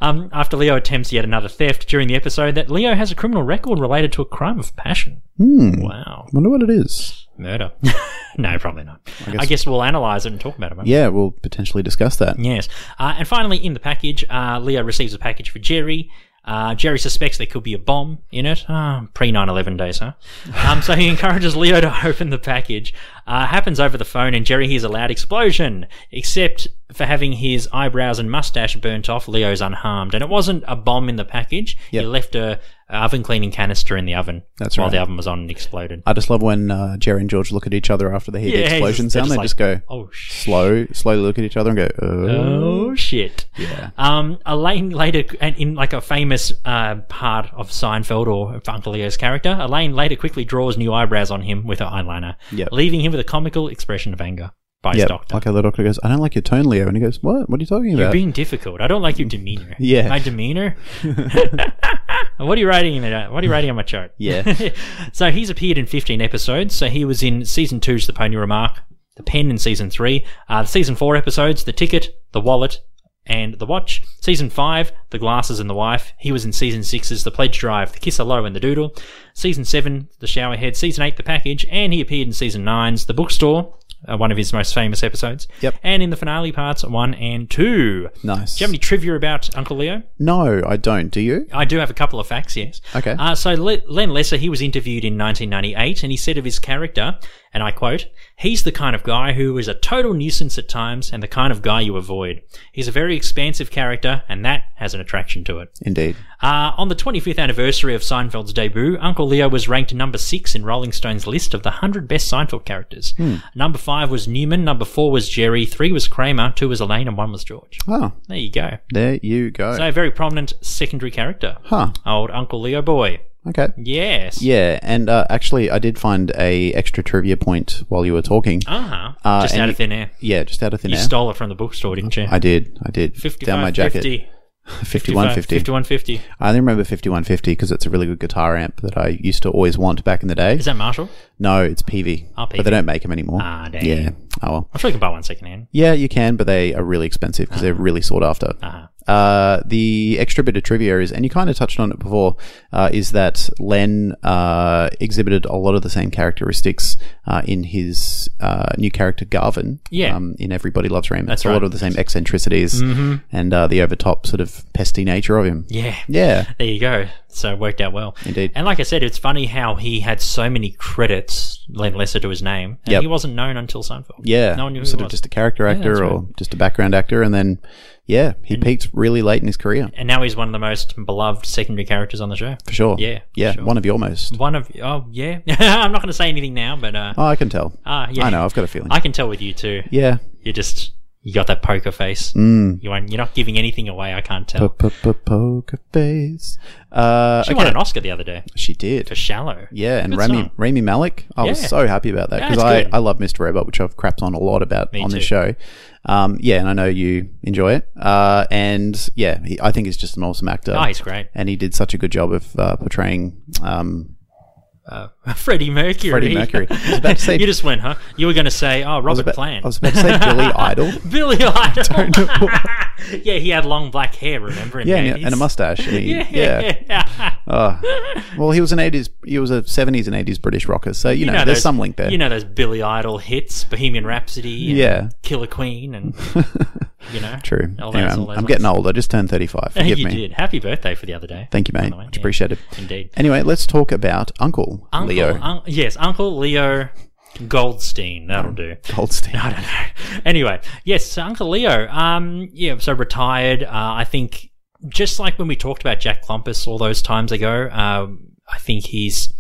E: Um, after Leo attempts yet another theft during the episode, that Leo has a criminal record related to a crime of passion. Wow,
D: Wonder what it is.
E: Hmm. murder. no, probably not. I guess,
D: guess-
E: we'll analyze it and talk about it. won't we?
D: Yeah, we'll potentially discuss that.
E: Yes. Uh, and finally, in the package, uh, Leo receives a package for Jerry. Uh, Jerry suspects there could be a bomb in it. Ah, pre 9 11 days, huh? Um, so he encourages Leo to open the package. Uh, happens over the phone, and Jerry hears a loud explosion, except for having his eyebrows and mustache burnt off, Leo's unharmed. And it wasn't a bomb in the package.
D: Yep.
E: He left a oven cleaning canister in the oven
D: That's
E: while
D: right.
E: the oven was on and exploded.
D: I just love when uh, Jerry and George look at each other after they hear
E: Yeah,
D: the
E: he's-
D: explosion
E: they're
D: sound. They
E: like,
D: just go
E: oh, shit.
D: slow, slowly look at each other and go, oh.
E: Oh shit! Yeah. Um, Elaine later, and in like a famous uh, part of Seinfeld or of Uncle Leo's character, Elaine later quickly draws new eyebrows on him with her eyeliner,
D: Yep.
E: leaving him with a comical expression of anger by his
D: Yeah,
E: doctor.
D: like the doctor goes, I don't like your tone, Leo. And he goes, What? What are you talking
E: You're
D: about?
E: being difficult. I don't like your demeanor.
D: Yeah.
E: My demeanor. what are you writing in it? What are you writing on my chart?
D: Yeah.
E: so he's appeared in 15 episodes. So he was in season two's The Pony Remark, The Pen in season three, uh, the season four episodes, The Ticket, The Wallet, and The Watch. Season five, The Glasses and the Wife. He was in season six's The Pledge Drive, The Kiss Hello and The Doodle. Season seven, The Showerhead. Season eight, The Package. And he appeared in season nine's The Bookstore. Uh, one of his most famous episodes.
D: Yep.
E: And in the finale parts one and two.
D: nice.
E: Do you have any trivia about Uncle Leo?
D: no, I don't. Do you?
E: I do have a couple of facts, yes.
D: Okay.
E: Uh, so Le- Len Lesser, he was interviewed in 1998, and he said of his character, and I quote, "He's the kind of guy who is a total nuisance at times, and the kind of guy you avoid. He's a very expansive character, and that has an attraction to it."
D: Indeed.
E: Uh, on the 25th anniversary of Seinfeld's debut, Uncle Leo was ranked number six in Rolling Stone's list of the 100 best Seinfeld characters.
D: Hmm.
E: Number five was Newman, number four was Jerry, three was Kramer, two was Elaine, and one was George.
D: Oh,
E: There you go.
D: there you go.
E: So a very prominent secondary character.
D: huh.
E: Old Uncle Leo boy.
D: Okay.
E: Yes.
D: Yeah, and uh, actually, I did find a extra trivia point while you were talking.
E: Uh-huh.
D: Uh,
E: Just
D: and
E: out of
D: you-
E: thin air.
D: Yeah, just out of thin
E: You
D: air.
E: stole it from the bookstore, didn't you?
D: I did. I did.
E: 55,
D: Down my jacket.
E: 50,
D: 5150.
E: 5150.
D: I only remember 5150 because it's a really good guitar amp that I used to always want back in the day.
E: Is that Marshall?
D: no, it's PV.
E: Oh, PV.
D: But they don't make them anymore.
E: Ah, damn.
D: Yeah. Oh, well.
E: I'm sure you can buy one secondhand.
D: Yeah, you can, but they are really expensive because they're really sought after.
E: Uh-huh.
D: Uh, the extra bit of trivia is, and you kind of touched on it before, uh, is that Len uh, exhibited a lot of the same characteristics uh, in his uh, new character Garvin.
E: Yeah.
D: Um, in Everybody Loves Raymond.
E: That's
D: a
E: right. Mm-hmm.
D: lot of the same eccentricities and uh, the overtop sort of pesty nature of him.
E: Yeah.
D: Yeah.
E: There you go. So it worked out well.
D: Indeed.
E: And like I said, it's funny how he had so many credits, Len Lesser to his name, and
D: Yep.
E: he wasn't known until Seinfeld.
D: Yeah,
E: No one knew who
D: sort
E: he
D: of
E: was.
D: just a character
E: that's
D: actor or just a background actor, and then yeah, he peaked really late in his career
E: and now he's one of the most beloved secondary characters on the show.
D: for sure.
E: Yeah, for
D: yeah,
E: sure.
D: one of your most.
E: One of oh yeah, I'm not going to say anything now, but uh,
D: Oh, I can tell.
E: ah yeah,
D: I know. I've got a feeling.
E: I can tell with you too.
D: yeah,
E: You're just you got that poker face. Mm. You won't, you're not giving anything away. I can't tell.
D: Poker face. Uh,
E: She won an Oscar the other day
D: she
E: for
D: did.
E: Shallow.
D: Yeah, and
E: Good
D: Rami
E: song.
D: Rami Malik. I was
E: Yeah.
D: so happy about that
E: Yeah,
D: because
E: it's
D: I,
E: good.
D: I love Mr. Robot, which I've crapped on a lot about on this
E: too.
D: show. Um, yeah, and I know you enjoy it. Uh, and yeah, he, I think he's just an awesome actor.
E: Oh, he's great.
D: And he did such a good job of uh, portraying um,
E: Freddie Mercury.
D: Freddie Mercury. I was about to say
E: you just went, huh? You were going to say, oh,
D: I was
E: Robert
D: about-
E: Plant.
D: I was about to say Billy Idol.
E: Billy Idol. yeah, he had long black hair, remember? In
D: Yeah,
E: the
D: and,
E: 80s.
D: and a mustache. and he-
E: Yeah.
D: yeah. Oh, Ah. Well, he was an eighties. He was a seventies and eighties British rocker. So you, know, there's
E: those-
D: some link there.
E: You know those Billy Idol hits, Bohemian Rhapsody, and
D: Yeah.
E: Killer Queen, and you know.
D: True.
E: All
D: Anyway,
E: those-
D: I'm,
E: all those
D: I'm getting
E: ones.
D: old. I just turned 35. Forgive
E: you
D: me.
E: did. Happy birthday for the other day.
D: Thank you,
E: by
D: mate.
E: the way.
D: Much
E: Yeah.
D: appreciated.
E: Indeed.
D: Anyway, let's talk about Uncle,
E: Uncle,
D: Leo
E: un- yes, Uncle Leo Goldstein. That'll do.
D: Goldstein.
E: I don't know. Anyway, yes, so Uncle Leo. Um, yeah, so retired. Uh, I think just like when we talked about Jack Clumpus all those times ago, um, I think he's,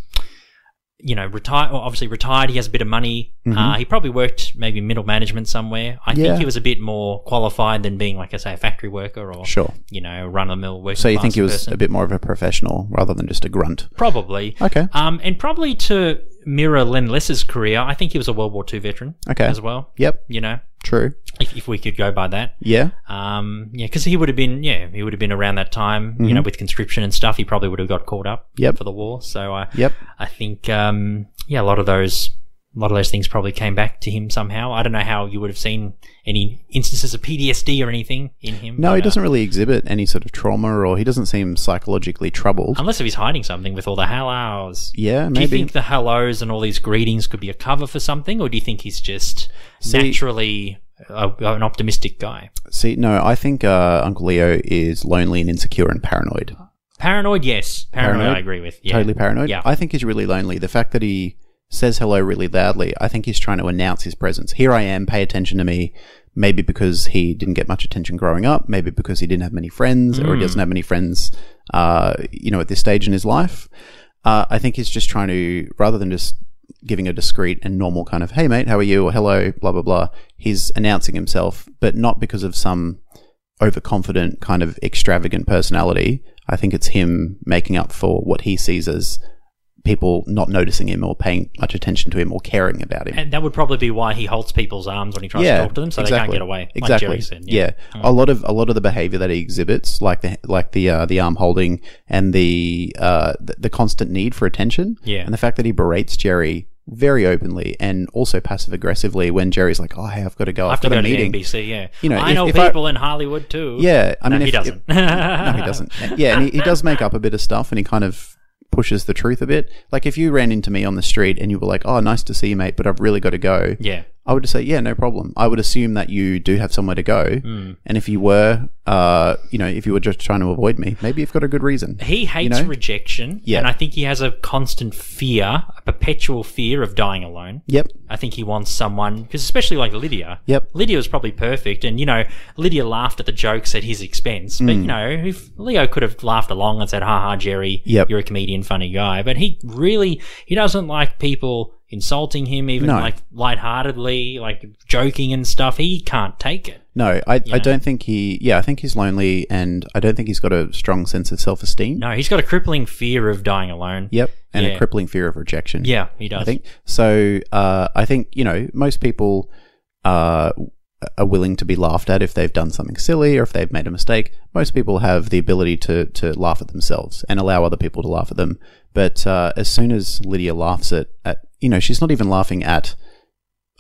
E: you know, retired. Well, obviously retired. He has a bit of money. Uh, he probably worked maybe middle management somewhere. I
D: Mm-hmm. Yeah.
E: think he was a bit more qualified than being, like I say, a factory worker or
D: Sure.
E: you know, run of the mill working.
D: So you think
E: class
D: he was
E: person.
D: a bit more of a professional rather than just a grunt?
E: Probably.
D: Okay.
E: Um, and probably to mirror Len Less's career, I think he was a World War II veteran
D: Okay.
E: as well.
D: Yep.
E: You know,
D: True.
E: if, if we could go by that.
D: Yeah.
E: Um, yeah, because he would have been, yeah, he would have been around that time, you know, with conscription and stuff. He probably would have got caught up
D: Mm-hmm. Yep.
E: for the war. So I,
D: Yep.
E: I think, um, yeah, a lot of those, a lot of those things probably came back to him somehow. I don't know how you would have seen any instances of PTSD or anything in him.
D: No,
E: but,
D: he
E: uh,
D: doesn't really exhibit any sort of trauma, or he doesn't seem psychologically troubled.
E: Unless if he's hiding something with all the hellos.
D: yeah,
E: Um, Do you
D: maybe.
E: think the hellos and all these greetings could be a cover for something, or do you think he's just naturally a, an optimistic guy?
D: See, no, I think uh, Uncle Leo is lonely and insecure and paranoid.
E: Paranoid, yes. Paranoid,
D: Paranoid?
E: I agree with. Yeah.
D: Totally paranoid.
E: Yeah.
D: I think he's really lonely. The fact that he says hello really loudly, I think he's trying to announce his presence. Here I am, pay attention to me. Maybe because he didn't get much attention growing up, maybe because he didn't have many friends,
E: Mm.
D: or he doesn't have many friends, uh, you know, at this stage in his life. Uh, I think he's just trying to, rather than just giving a discreet and normal kind of, hey, mate, how are you, or hello, blah, blah, blah, he's announcing himself, but not because of some overconfident, kind of extravagant personality. I think it's him making up for what he sees as people not noticing him or paying much attention to him or caring about him.
E: And that would probably be why he holds people's arms when he tries to talk to them, so they can't get away. Like
D: Exactly.
E: Jerry said. Mm.
D: yeah, a lot of a lot of the behavior that he exhibits, like the like the uh, the arm holding and the, uh, the the constant need for attention,
E: Yeah.
D: and the fact that he berates Jerry very openly and also passive aggressively when Jerry's like, "Oh, hey, I've got to go.
E: I
D: I've
E: have to
D: got
E: go
D: a
E: to
D: meeting."
E: the NBC. Yeah,
D: You know,
E: I
D: if-
E: know
D: if I-
E: people in Hollywood too.
D: Yeah, I
E: No,
D: mean,
E: he
D: if-
E: doesn't.
D: if- no, he doesn't. Yeah, and he, he does make up a bit of stuff, and he kind of pushes the truth a bit. Like if you ran into me on the street and you were like, "Oh, nice to see you, mate," but I've really got to go.
E: yeah,
D: I would just say, yeah, no problem. I would assume that you do have somewhere to go,
E: Mm.
D: and if you were, uh, you know, if you were just trying to avoid me, maybe you've got a good reason.
E: he hates
D: know?
E: rejection,
D: Yeah.
E: and I think he has a constant fear, a perpetual fear of dying alone.
D: Yep.
E: I think he wants someone because, especially like Lydia.
D: Yep.
E: Lydia was probably perfect, and you know, Lydia laughed at the jokes at his expense.
D: Mm.
E: But you know, if Leo could have laughed along and said, "Ha ha, Jerry,
D: Yep.
E: you're a comedian, funny guy," but he really he doesn't like people insulting him, even
D: No.
E: like lightheartedly, like joking and stuff. He can't take it.
D: No, I, I don't think he. Yeah, I think he's lonely, and I don't think he's got a strong sense of self esteem.
E: No, he's got a crippling fear of dying alone.
D: Yep, and
E: Yeah.
D: a crippling fear of rejection.
E: Yeah, he does.
D: I think so. Uh, I think you know most people uh, are willing to be laughed at if they've done something silly or if they've made a mistake. Most people have the ability to to laugh at themselves and allow other people to laugh at them. But uh, as soon as Lydia laughs at, at you know she's not even laughing at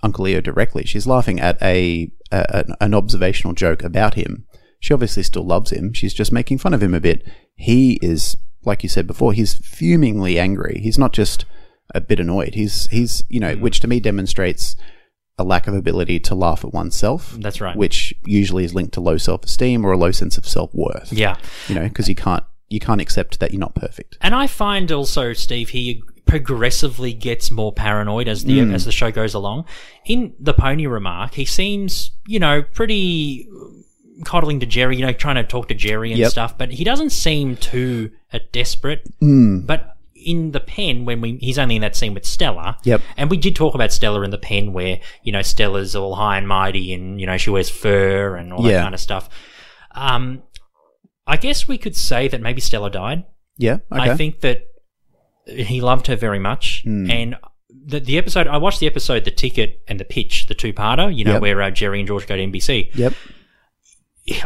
D: Uncle Leo directly. She's laughing at a, a an, an observational joke about him. She obviously still loves him. She's just making fun of him a bit. He is, like you said before, he's fumingly angry. He's not just a bit annoyed. He's he's you know,
E: Mm.
D: which to me demonstrates a lack of ability to laugh at oneself.
E: That's right.
D: Which usually is linked to low self esteem or a low sense of self worth.
E: Yeah.
D: You know, because you can't you can't accept that you're not perfect.
E: And I find also, Steve, he progressively gets more paranoid as
D: Mm.
E: the as the show goes along. In the pony remark, he seems, you know, pretty coddling to Jerry, you know, trying to talk to Jerry and
D: Yep.
E: stuff, but he doesn't seem too uh, desperate.
D: Hmm.
E: But in the pen, when we he's only in that scene with Stella.
D: Yep.
E: And we did talk about Stella in the pen, where you know Stella's all high and mighty, and you know she wears fur and all that
D: Yeah.
E: kind of stuff. Um, I guess we could say that maybe Stella died.
D: Yeah. Okay. Hmm.
E: I think that he loved her very much, and the, the episode I watched the episode, the ticket and the pitch, the two-parter. You know
D: Yep.
E: where uh, Jerry and George go to NBC.
D: Yep.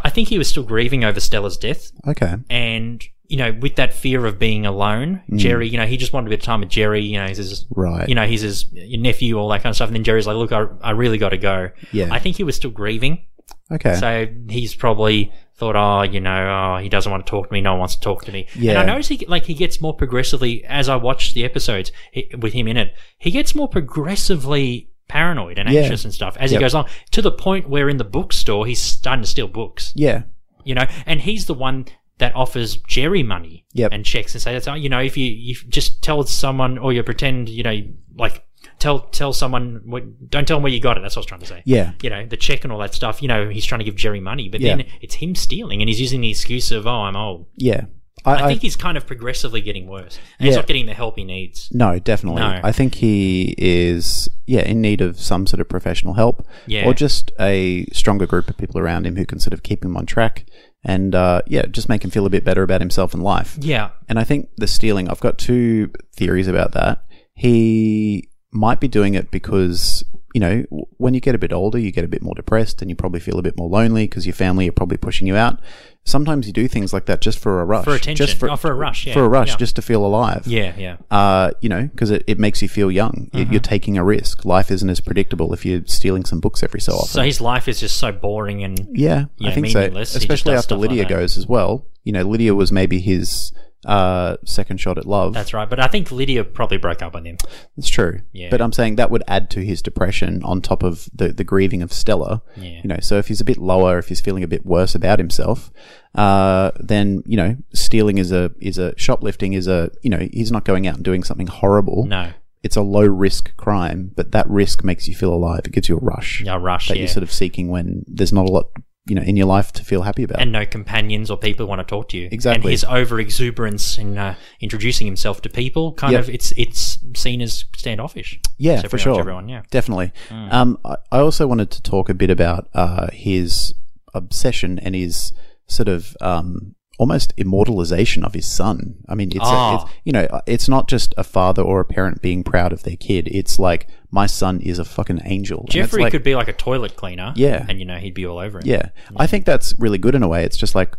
E: I think he was still grieving over Stella's death,
D: Okay.
E: and you know with that fear of being alone, Jerry. You know he just wanted a bit of time with Jerry. You know he's his
D: Hmm. Right.
E: you know he's his nephew, all that kind of stuff. And then Jerry's like, look, I, I really got to go.
D: Yeah.
E: I think he was still grieving.
D: okay.
E: So he's probably thought, oh, you know, oh, he doesn't want to talk to me. No one wants to talk to me. And
D: Yeah.
E: I notice he like he gets more progressively as I watch the episodes he, with him in it. He gets more progressively paranoid and
D: Yeah.
E: anxious and stuff as
D: Yep.
E: he goes on to the point where in the bookstore he's starting to steal books.
D: Yeah.
E: you know, and he's the one that offers Jerry money
D: Yep.
E: and checks and say that's you know if you you just tell someone or you pretend you know like tell tell someone what don't tell them where you got it that's what I was trying to say
D: Yeah.
E: you know the check and all that stuff you know he's trying to give Jerry money but
D: Yeah.
E: then it's him stealing and he's using the excuse of oh I'm old
D: Yeah.
E: I, think he's kind of progressively getting worse and he's
D: Yeah.
E: not getting the help he needs
D: No, definitely.
E: No.
D: I think he is, yeah, in need of some sort of professional help,
E: Yeah.
D: or just a stronger group of people around him who can sort of keep him on track, and uh, yeah, just make him feel a bit better about himself and life.
E: yeah
D: And I think the stealing, I've got two theories about that. He might be doing it because, you know, w- when you get a bit older, you get a bit more depressed and you probably feel a bit more lonely because your family are probably pushing you out. Sometimes you do things like that just for a rush.
E: For attention.
D: Just
E: Oh, for a rush, yeah.
D: For a rush,
E: Yeah.
D: just to feel alive.
E: yeah yeah
D: Uh, you know, because it, it makes you feel young. You-
E: Mm-hmm.
D: You're taking a risk. Life isn't as predictable if you're stealing some books every so often.
E: so his life is just so boring and
D: Yeah, I
E: Yeah,
D: think so.
E: meaningless. He just
D: Especially
E: does
D: after
E: stuff like
D: Lydia
E: that.
D: goes as well. You know, Lydia was maybe his uh, second shot at love.
E: that's right but I think Lydia probably broke up with him
D: That's true.
E: Yeah.
D: But I'm saying that would add to his depression on top of the, the grieving of Stella.
E: Yeah.
D: You know, so if he's a bit lower, if he's feeling a bit worse about himself, uh, then, you know, stealing is a, is a, shoplifting is a, you know, he's not going out and doing something horrible.
E: no
D: It's a low risk crime, but that risk makes you feel alive. It gives you a rush
E: yeah rush
D: that
E: yeah.
D: you're sort of seeking when there's not a lot, you know, in your life to feel happy about.
E: and no companions or people want to talk to you.
D: Exactly.
E: And his over exuberance in uh, introducing himself to people, kind
D: Yep.
E: of, it's it's seen as standoffish.
D: yeah,
E: to
D: for
E: pretty much
D: sure.
E: Everyone, yeah. Mm.
D: Definitely. Um, I, I also wanted to talk a bit about uh, his obsession and his sort of um, almost immortalization of his son. I mean, it's, a,
E: Ah.
D: it's you know, uh, it's not just a father or a parent being proud of their kid. It's like my son is a fucking angel. And it's
E: Jeffrey
D: like-
E: could be like a toilet cleaner.
D: Yeah.
E: And, you know, he'd be all over it.
D: yeah, I think that's really good in a way. It's just like,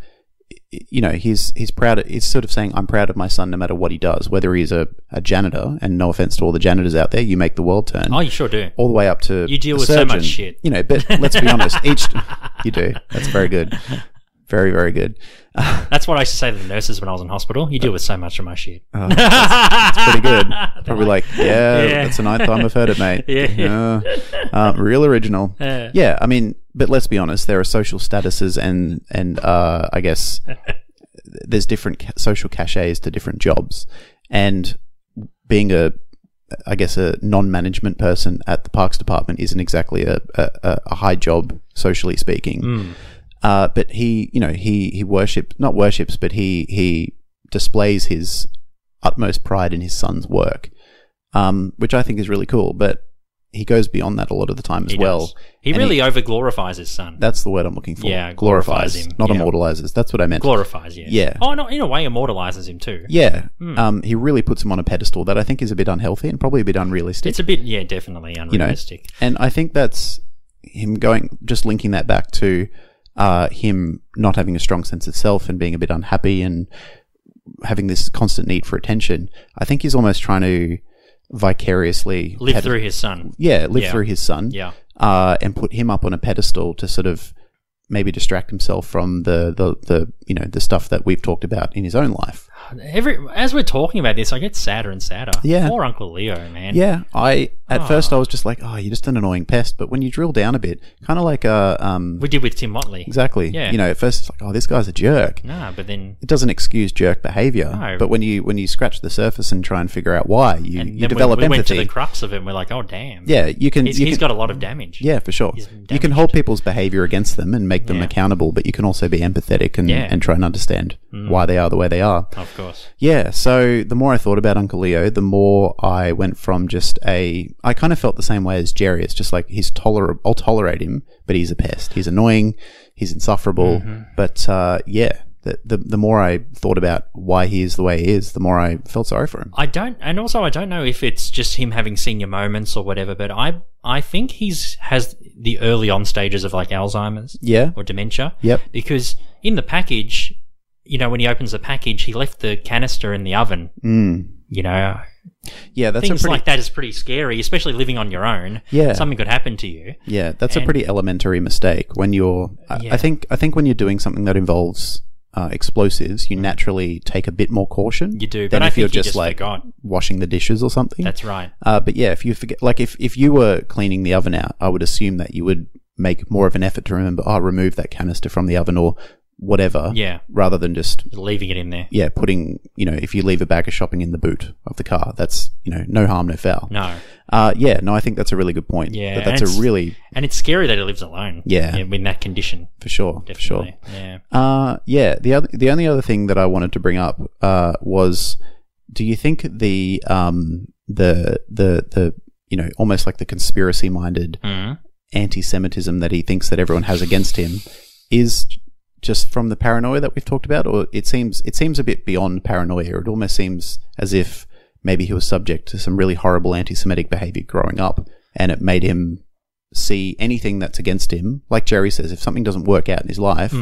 D: y- you know, he's he's proud. Of, he's sort of saying, "I'm proud of my son, no matter what he does, whether he's a, a janitor." And no offense to all the janitors out there, you make the world turn
E: Oh, you sure do.
D: all the way up to
E: You deal
D: the
E: with so much
D: surgeon.
E: shit.
D: You know, but let's be honest, each you do. That's very good, very very good.
E: That's what I used to say to the nurses when I was in hospital. You
D: Uh,
E: deal with so much of my shit.
D: Pretty good. Probably like, yeah,
E: Yeah.
D: that's the ninth time I've heard it, mate.
E: Yeah.
D: Uh, uh, real original.
E: Yeah.
D: Yeah, I mean, but let's be honest, there are social statuses and and uh, I guess there's different ca- social cachets to different jobs, and being a I guess a non-management person at the parks department isn't exactly a, a, a a high job socially speaking.
E: Mm.
D: Uh, but he, you know, he he worships not worships, but he he displays his utmost pride in his son's work, um, which I think is really cool. But he goes beyond that a lot of the time as
E: He
D: well.
E: does. He
D: And
E: really overglorifies over glorifies his son.
D: that's the word I'm looking for.
E: Yeah, glorifies him.
D: not
E: Yeah.
D: immortalizes. That's what I meant.
E: glorifies, yeah.
D: Yeah.
E: Oh, no, in a way, immortalizes him too.
D: yeah,
E: Hmm.
D: um, he really puts him on a pedestal that I think is a bit unhealthy and probably a bit unrealistic.
E: It's a bit, yeah, definitely
D: you know,
E: unrealistic.
D: and I think that's him going just linking that back to uh, him not having a strong sense of self and being a bit unhappy and having this constant need for attention. I think he's almost trying to vicariously
E: Live
D: ped-
E: through his son.
D: yeah, live
E: Yeah.
D: through his son,
E: Yeah.
D: uh, and put him up on a pedestal to sort of maybe distract himself from the, the, the you know the stuff that we've talked about in his own life.
E: Every as we're talking about this, I get sadder and sadder.
D: Yeah.
E: Poor Uncle Leo, man.
D: Yeah, I at
E: Ah.
D: first I was just like, oh, you're just an annoying pest. But when you drill down a bit, kind of like uh, um,
E: We did with Tim Motley.
D: Exactly.
E: Yeah.
D: You know, at first it's like, oh, this guy's a jerk.
E: Nah, but then
D: It doesn't excuse jerk behavior,
E: No.
D: but when you when you scratch the surface and try and figure out why, you,
E: and
D: you
E: then
D: develop
E: we, we went to
D: empathy.
E: the crux of it and we're like, oh damn.
D: yeah, you can.
E: He's,
D: you
E: he's
D: can-
E: got a lot of damage.
D: yeah, for sure.
E: he's
D: You can
E: damaged.
D: hold people's behavior against them and make them
E: Yeah.
D: accountable, but you can also be empathetic and,
E: Yeah. Mm.
D: and try and understand why they are the way they are.
E: Of course.
D: Yeah, so the more I thought about Uncle Leo, the more I went from just a. I kind of felt the same way as Jerry. It's just like he's tolerable. I'll tolerate him, but he's a pest. He's annoying. He's insufferable.
E: Mm-hmm.
D: But uh, yeah, the, the the more I thought about why he is the way he is, the more I felt sorry for him.
E: I don't and also I don't know if it's just him having senior moments or whatever, but I I think he's has the early on stages of like Alzheimer's
D: Yeah.
E: or dementia.
D: Yep.
E: Because in the package, you know, when he opens the package, he left the canister in the oven.
D: Mm.
E: You know,
D: Yeah, that's a
E: things
D: pretty.
E: like that is pretty scary, especially living on your own.
D: Yeah.
E: Something could happen to you.
D: Yeah, that's a
E: And-
D: pretty elementary mistake when you're. I, I
E: Yeah.
D: think I think when you're doing something that involves uh, explosives, you naturally take a bit more caution.
E: Mm-hmm. You do,
D: than
E: but I
D: if you're
E: think you
D: just,
E: just
D: like
E: forgot.
D: washing the dishes or something.
E: That's right.
D: Uh, but yeah, if you forget, like if, if you were cleaning the oven out, I would assume that you would make more of an effort to remember, oh, remove that canister from the oven or whatever.
E: Yeah.
D: Rather than just,
E: Just leaving it in there.
D: yeah, putting, you know, if you leave a bag of shopping in the boot of the car, that's, you know, no harm, no foul.
E: No.
D: Uh, yeah, no, I think that's a really good point.
E: Yeah,
D: That
E: and
D: that's
E: it's-
D: a really,
E: And it's scary that it lives alone.
D: Yeah.
E: In, in that condition.
D: for sure, for sure.
E: Definitely. Yeah.
D: Uh, yeah. The other, the only other thing that I wanted to bring up uh, was, do you think the um the the the you know almost like the conspiracy minded
E: Mhm.
D: anti-Semitism that he thinks that everyone has against him is just from the paranoia that we've talked about, or it seems it seems a bit beyond paranoia. It almost seems as if maybe he was subject to some really horrible anti-Semitic behavior growing up, and it made him see anything that's against him. Like Jerry says, if something doesn't work out in his life,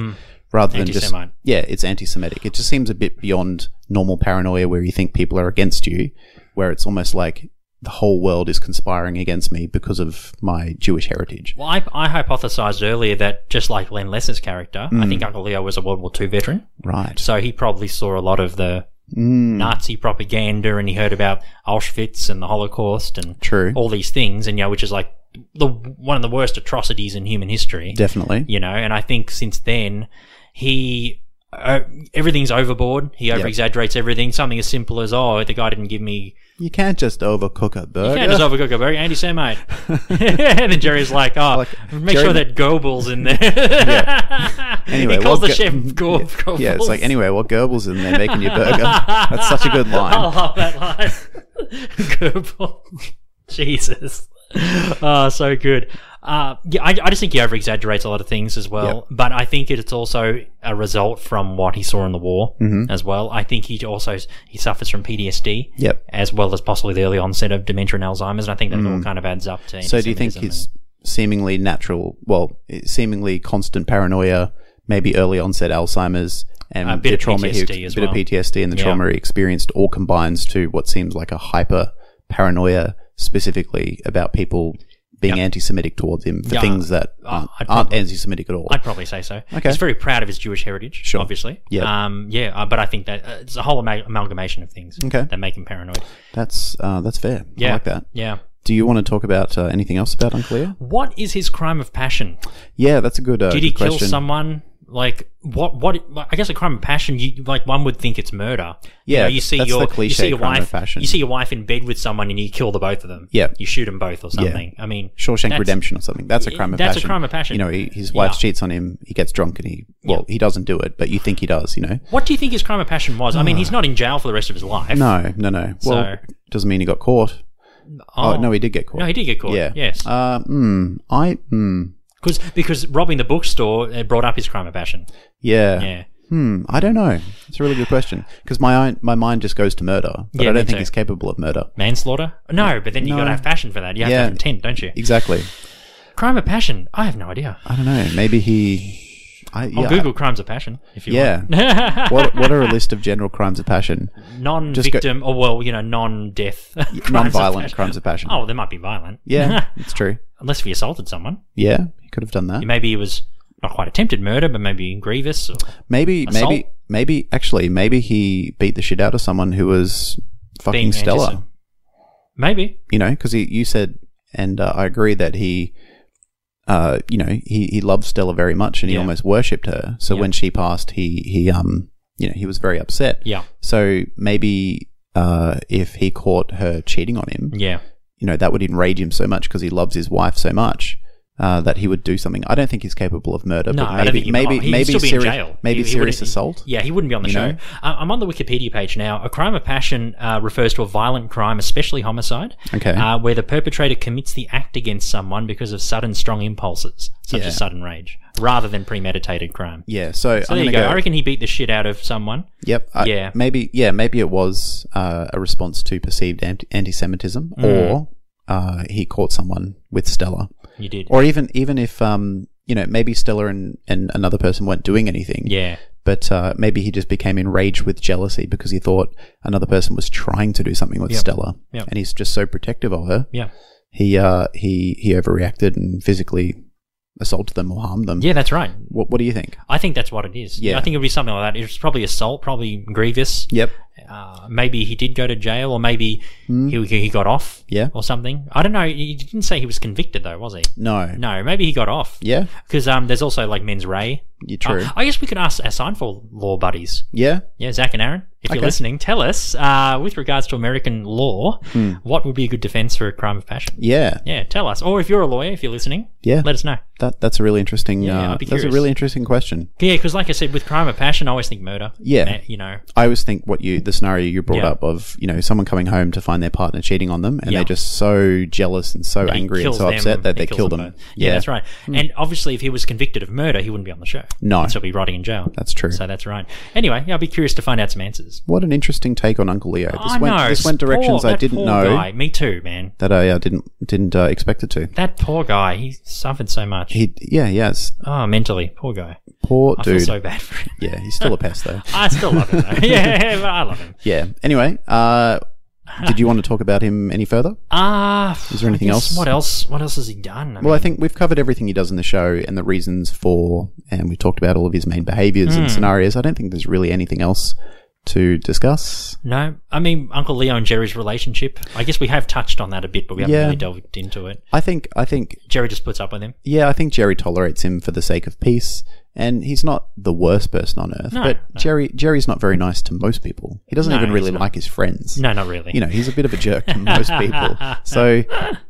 D: rather than just
E: Anti-Semite.
D: yeah, it's anti-Semitic. It just seems a bit beyond normal paranoia, where you think people are against you, where it's almost like the whole world is conspiring against me because of my Jewish heritage.
E: Well, I, I hypothesized earlier that just like Len Lesser's character, I think Uncle Leo was a World War II veteran.
D: Right.
E: So he probably saw a lot of the Nazi propaganda and he heard about Auschwitz and the Holocaust and
D: True.
E: all these things, and, you know, which is like the one of the worst atrocities in human history.
D: Definitely.
E: you know and i think since then he uh, everything's overboard he over exaggerates everything something as simple as oh the guy didn't give me
D: You can't just overcook a burger.
E: yeah, just overcook a burger anti-semite and then jerry's like oh
D: Like,
E: make
D: Jerry-
E: sure that goebbels in there
D: Anyway,
E: he calls
D: well,
E: the
D: Go-
E: chef Go- goebbels
D: yeah, it's like anyway, what Goebbels in there making your burger? That's such a good
E: i
D: line.
E: love that line goebbels jesus oh so good uh, yeah, I, I just think he over exaggerates a lot of things as well, but I think it's also a result from what he saw in the war
D: Mm-hmm.
E: as well. I think he also he suffers from PTSD,
D: Yep. Mm-hmm.
E: as well as possibly the early onset of dementia and Alzheimer's, and I think that all kind of adds up to.
D: So do you think
E: antisemitism
D: his seemingly natural, well, seemingly constant paranoia, maybe early onset Alzheimer's, and
E: A bit
D: the
E: of
D: trauma he,
E: PTSD as
D: bit of
E: well.
D: PTSD and the
E: Yeah.
D: trauma he experienced all combines to what seems like a hyper paranoia specifically about people being anti-Semitic towards him for
E: Yeah. Uh,
D: things that aren't,
E: I'd
D: aren't anti-Semitic at all.
E: I'd probably say so.
D: Okay.
E: He's very proud of his Jewish heritage,
D: Sure.
E: obviously.
D: Yeah.
E: Um, yeah, uh, but I think that uh, it's a whole ama- amalgamation of things
D: Okay.
E: that make him paranoid.
D: that's uh, that's fair.
E: Yeah.
D: I like that.
E: Yeah.
D: Do you want to talk about uh, anything else about Uncle Leo?
E: What is his crime of passion?
D: Yeah, that's a good. Uh,
E: Did he
D: good
E: kill
D: question.
E: someone? Like what? What? I guess a crime of passion. You like one would think it's murder.
D: Yeah,
E: you, know, you see
D: that's
E: your
D: the cliche
E: you see your
D: crime of
E: wife.
D: passion.
E: You see your wife in bed with someone and you kill the both of them.
D: Yeah.
E: you shoot them both or something. I mean,
D: Shawshank
E: that's-
D: Redemption or something? That's a crime of
E: That's a
D: passion.
E: crime of passion.
D: You know, he, his wife
E: Yeah.
D: cheats on him. He gets drunk and he well, he doesn't do it, but you think he does. You know?
E: What do you think his crime of passion was? I mean, he's not in jail for the rest of his life.
D: No, no, no. Well,
E: So-
D: doesn't mean he got caught. Oh, no, he did get caught.
E: No, he did get caught.
D: Yeah.
E: Yes.
D: Uh, hmm. I. Hmm.
E: Because because robbing the bookstore uh, brought up his crime of passion.
D: Yeah.
E: Yeah.
D: Hmm. I don't know. It's a really good question because my own, my mind just goes to murder, but
E: Yeah,
D: I
E: me
D: don't think
E: too.
D: he's capable of murder.
E: Manslaughter? No, but then you
D: No.
E: got to have passion for that. You have to
D: Yeah.
E: have intent, don't you?
D: Exactly.
E: Crime of passion? I have no idea.
D: I don't know. Maybe he. I, yeah,
E: I'll Google crimes of passion if you
D: Yeah.
E: want.
D: what What are a list of general crimes of passion? Just go-
E: non-victim, or well, you know, non-death, crimes of
D: Non-violent
E: passion.
D: crimes of passion.
E: Oh, they might be violent.
D: Yeah, it's true.
E: unless if he assaulted someone.
D: Yeah, he could have done that.
E: Maybe it was not quite attempted murder, but maybe grievous. Or,
D: Maybe,
E: Assault?
D: maybe, maybe. Actually, maybe he beat the shit out of someone who was fucking
E: Being
D: stellar.
E: antisem- maybe.
D: You know, because you said, and uh, I agree that he, uh, you know, he he loved Stella very much, and he
E: Yeah.
D: almost worshipped her. So
E: Yeah.
D: when she passed, he he um, you know, he was very upset.
E: Yeah.
D: So maybe. Uh, if he caught her cheating on him,
E: Yeah.
D: you know that would enrage him so much because he loves his wife so much uh, that he would do something. I don't think he's capable of murder.
E: No,
D: but
E: I don't
D: maybe
E: think he'd
D: maybe
E: be, he'd
D: maybe
E: still be
D: serious,
E: in jail.
D: maybe
E: He- he
D: serious
E: wouldn't-
D: assault.
E: Yeah, he wouldn't be on the
D: You
E: show.
D: know?
E: I- I'm on the Wikipedia page now. A crime of passion uh, refers to a violent crime, especially homicide,
D: Okay.
E: uh, where the perpetrator commits the act against someone because of sudden strong impulses, such as sudden rage, rather than premeditated crime.
D: Yeah, so,
E: So
D: I'm
E: there
D: gonna
E: you go.
D: go.
E: I reckon he beat the shit out of someone.
D: yep. I-
E: Yeah.
D: Maybe. Yeah. Maybe it was uh, a response to perceived anti- anti-Semitism,
E: Mm.
D: or uh, he caught someone with Stella,
E: You did.
D: or even even if um, you know maybe Stella and, and another person weren't doing anything.
E: yeah.
D: But uh, maybe he just became enraged with jealousy because he thought another person was trying to do something with Stella,
E: Yep.
D: and he's just so protective of her.
E: Yeah.
D: He uh, he he overreacted and physically assaulted them or harmed them.
E: Yeah, that's right.
D: What, what do you think?
E: I think that's what it is.
D: Yeah.
E: I think it would be something like that. It's probably assault, probably grievous.
D: Yep.
E: Uh, maybe he did go to jail, or maybe he he got off.
D: Hmm. Yeah.
E: Or something. I don't know. He didn't say he was convicted though, was he?
D: No.
E: No. Maybe he got off.
D: Yeah.
E: Because um, there's also like mens rea.
D: You're true.
E: Uh, I guess we could ask our Seinfeld law buddies.
D: yeah.
E: Yeah, Zach and Aaron, if you're
D: Okay.
E: listening, tell us uh, with regards to American law,
D: Hmm.
E: what would be a good defense for a crime of passion?
D: Yeah.
E: Yeah, tell us. Or if you're a lawyer, if you're listening,
D: Yeah.
E: let us know.
D: That that's a really interesting.
E: Yeah,
D: uh,
E: I'd be
D: that's a
E: curious.
D: really interesting question.
E: Yeah, because like I said, with crime of passion, I always think murder.
D: Yeah.
E: Ma- you know.
D: I always think what you the scenario you brought
E: Yeah.
D: up of you know someone coming home to find their partner cheating on them and
E: Yeah.
D: they're just so jealous and so
E: he
D: angry and
E: kills
D: so
E: them,
D: upset that
E: he
D: they
E: kills
D: kill them. Hmm.
E: both. Yeah. that's right. And obviously, if he was convicted of murder, he wouldn't be on the show.
D: No.
E: he'd still be rotting in jail.
D: That's true.
E: So that's right. Anyway, yeah, I'll be curious to find out some answers.
D: What an interesting take on Uncle Leo. This
E: I
D: went
E: know.
D: this went
E: poor-
D: directions I
E: that
D: didn't
E: poor
D: know
E: guy. Me too, man.
D: that I uh, didn't didn't uh, expect it to.
E: That poor guy. He suffered so much.
D: He yeah yes
E: oh, mentally, poor guy.
D: poor
E: I
D: dude.
E: feel so bad for him.
D: yeah, he's still a pest though.
E: I still love him. Though. yeah, but I love him.
D: Yeah. Anyway, uh, did you want to talk about him any further?
E: Ah,
D: Is there anything
E: I guess-
D: else?
E: What else? What else has he done? I
D: Well, I
E: mean,
D: think we've covered everything he does in the show and the reasons for, and we talked about all of his main behaviors
E: Hmm.
D: and scenarios. I don't think there's really anything else to discuss.
E: no. I mean, Uncle Leo and Jerry's relationship. I guess we have touched on that a bit, but we haven't
D: Yeah.
E: really delved into it.
D: I think, I think,
E: Jerry just puts up with him.
D: yeah, I think Jerry tolerates him for the sake of peace, and he's not the worst person on earth.
E: No,
D: but
E: no.
D: Jerry, Jerry's not very nice to most people. He doesn't
E: No,
D: even really
E: he's not.
D: like his friends.
E: No, not really.
D: You know, he's a bit of a jerk to most people. So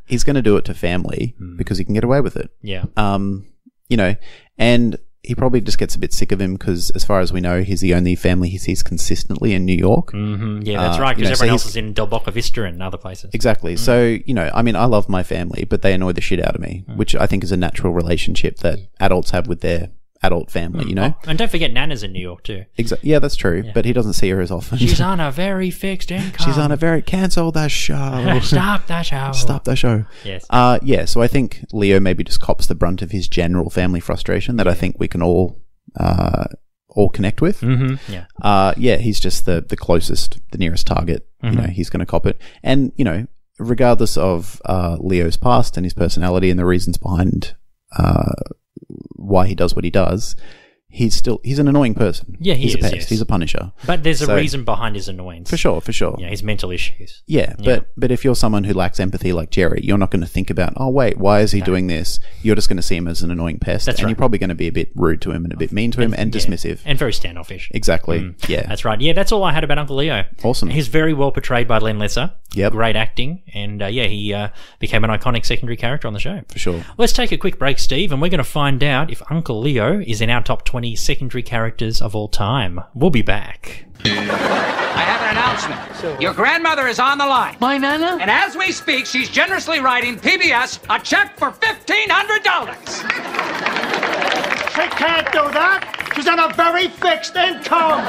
D: he's going to do it to family
E: Hmm.
D: because he can get away with it.
E: yeah.
D: um, you know, and he probably just gets a bit sick of him because, as far as we know, he's the only family he sees consistently in New York.
E: hmm Yeah, that's
D: uh,
E: right.
D: you
E: Because
D: know, so
E: everyone else
D: he's-
E: is in Del Boca Vista and other places.
D: Exactly. So, you know, I mean, I love my family, but they annoy the shit out of me,
E: Hmm.
D: which I think is a natural relationship that adults have with their adult
E: Hmm.
D: family, you know?
E: And don't forget, Nana's in New York too.
D: Exa- yeah, that's true, but he doesn't see her as often.
E: She's on a very fixed income.
D: She's on a very cancel that show.
E: Stop that show.
D: Stop that show.
E: Yes.
D: Uh, yeah, so I think Leo maybe just cops the brunt of his general family frustration that I think we can all uh, all connect with.
E: hmm Yeah.
D: uh, yeah, he's just the the closest, the nearest target. You know,
E: Mm-hmm.
D: he's going to cop it, and you know, regardless of uh, Leo's past and his personality and the reasons behind uh, why he does what he does, he's still he's an annoying person.
E: Yeah, he
D: he's
E: is,
D: a pest.
E: yes.
D: He's a punisher
E: But there's a
D: So-
E: reason behind his annoyance.
D: for sure, for sure.
E: Yeah, his mental issues.
D: Yeah, but but if you're someone who lacks empathy like Jerry, you're not going to think about, oh wait, why is he doing this? You're just going to see him as an annoying pest,
E: That's
D: and
E: right.
D: you're probably going to be a bit rude to him and a bit mean to him and
E: Yeah.
D: dismissive.
E: And very standoffish.
D: Exactly. Yeah.
E: That's right. Yeah, that's all I had about Uncle Leo.
D: Awesome.
E: He's very well portrayed by Len Lesser.
D: Yep.
E: Great acting. And uh, yeah, he uh, became an iconic secondary character on the show.
D: for sure.
E: Let's take a quick break, Steve, and we're going to find out if Uncle Leo is in our top 20 secondary characters of all time. We'll be back.
G: I have an announcement. Your grandmother is on the line.
A: My nana?
G: And as we speak, she's generously writing PBS a check for $1,500.
B: She can't do that. She's on a very fixed income.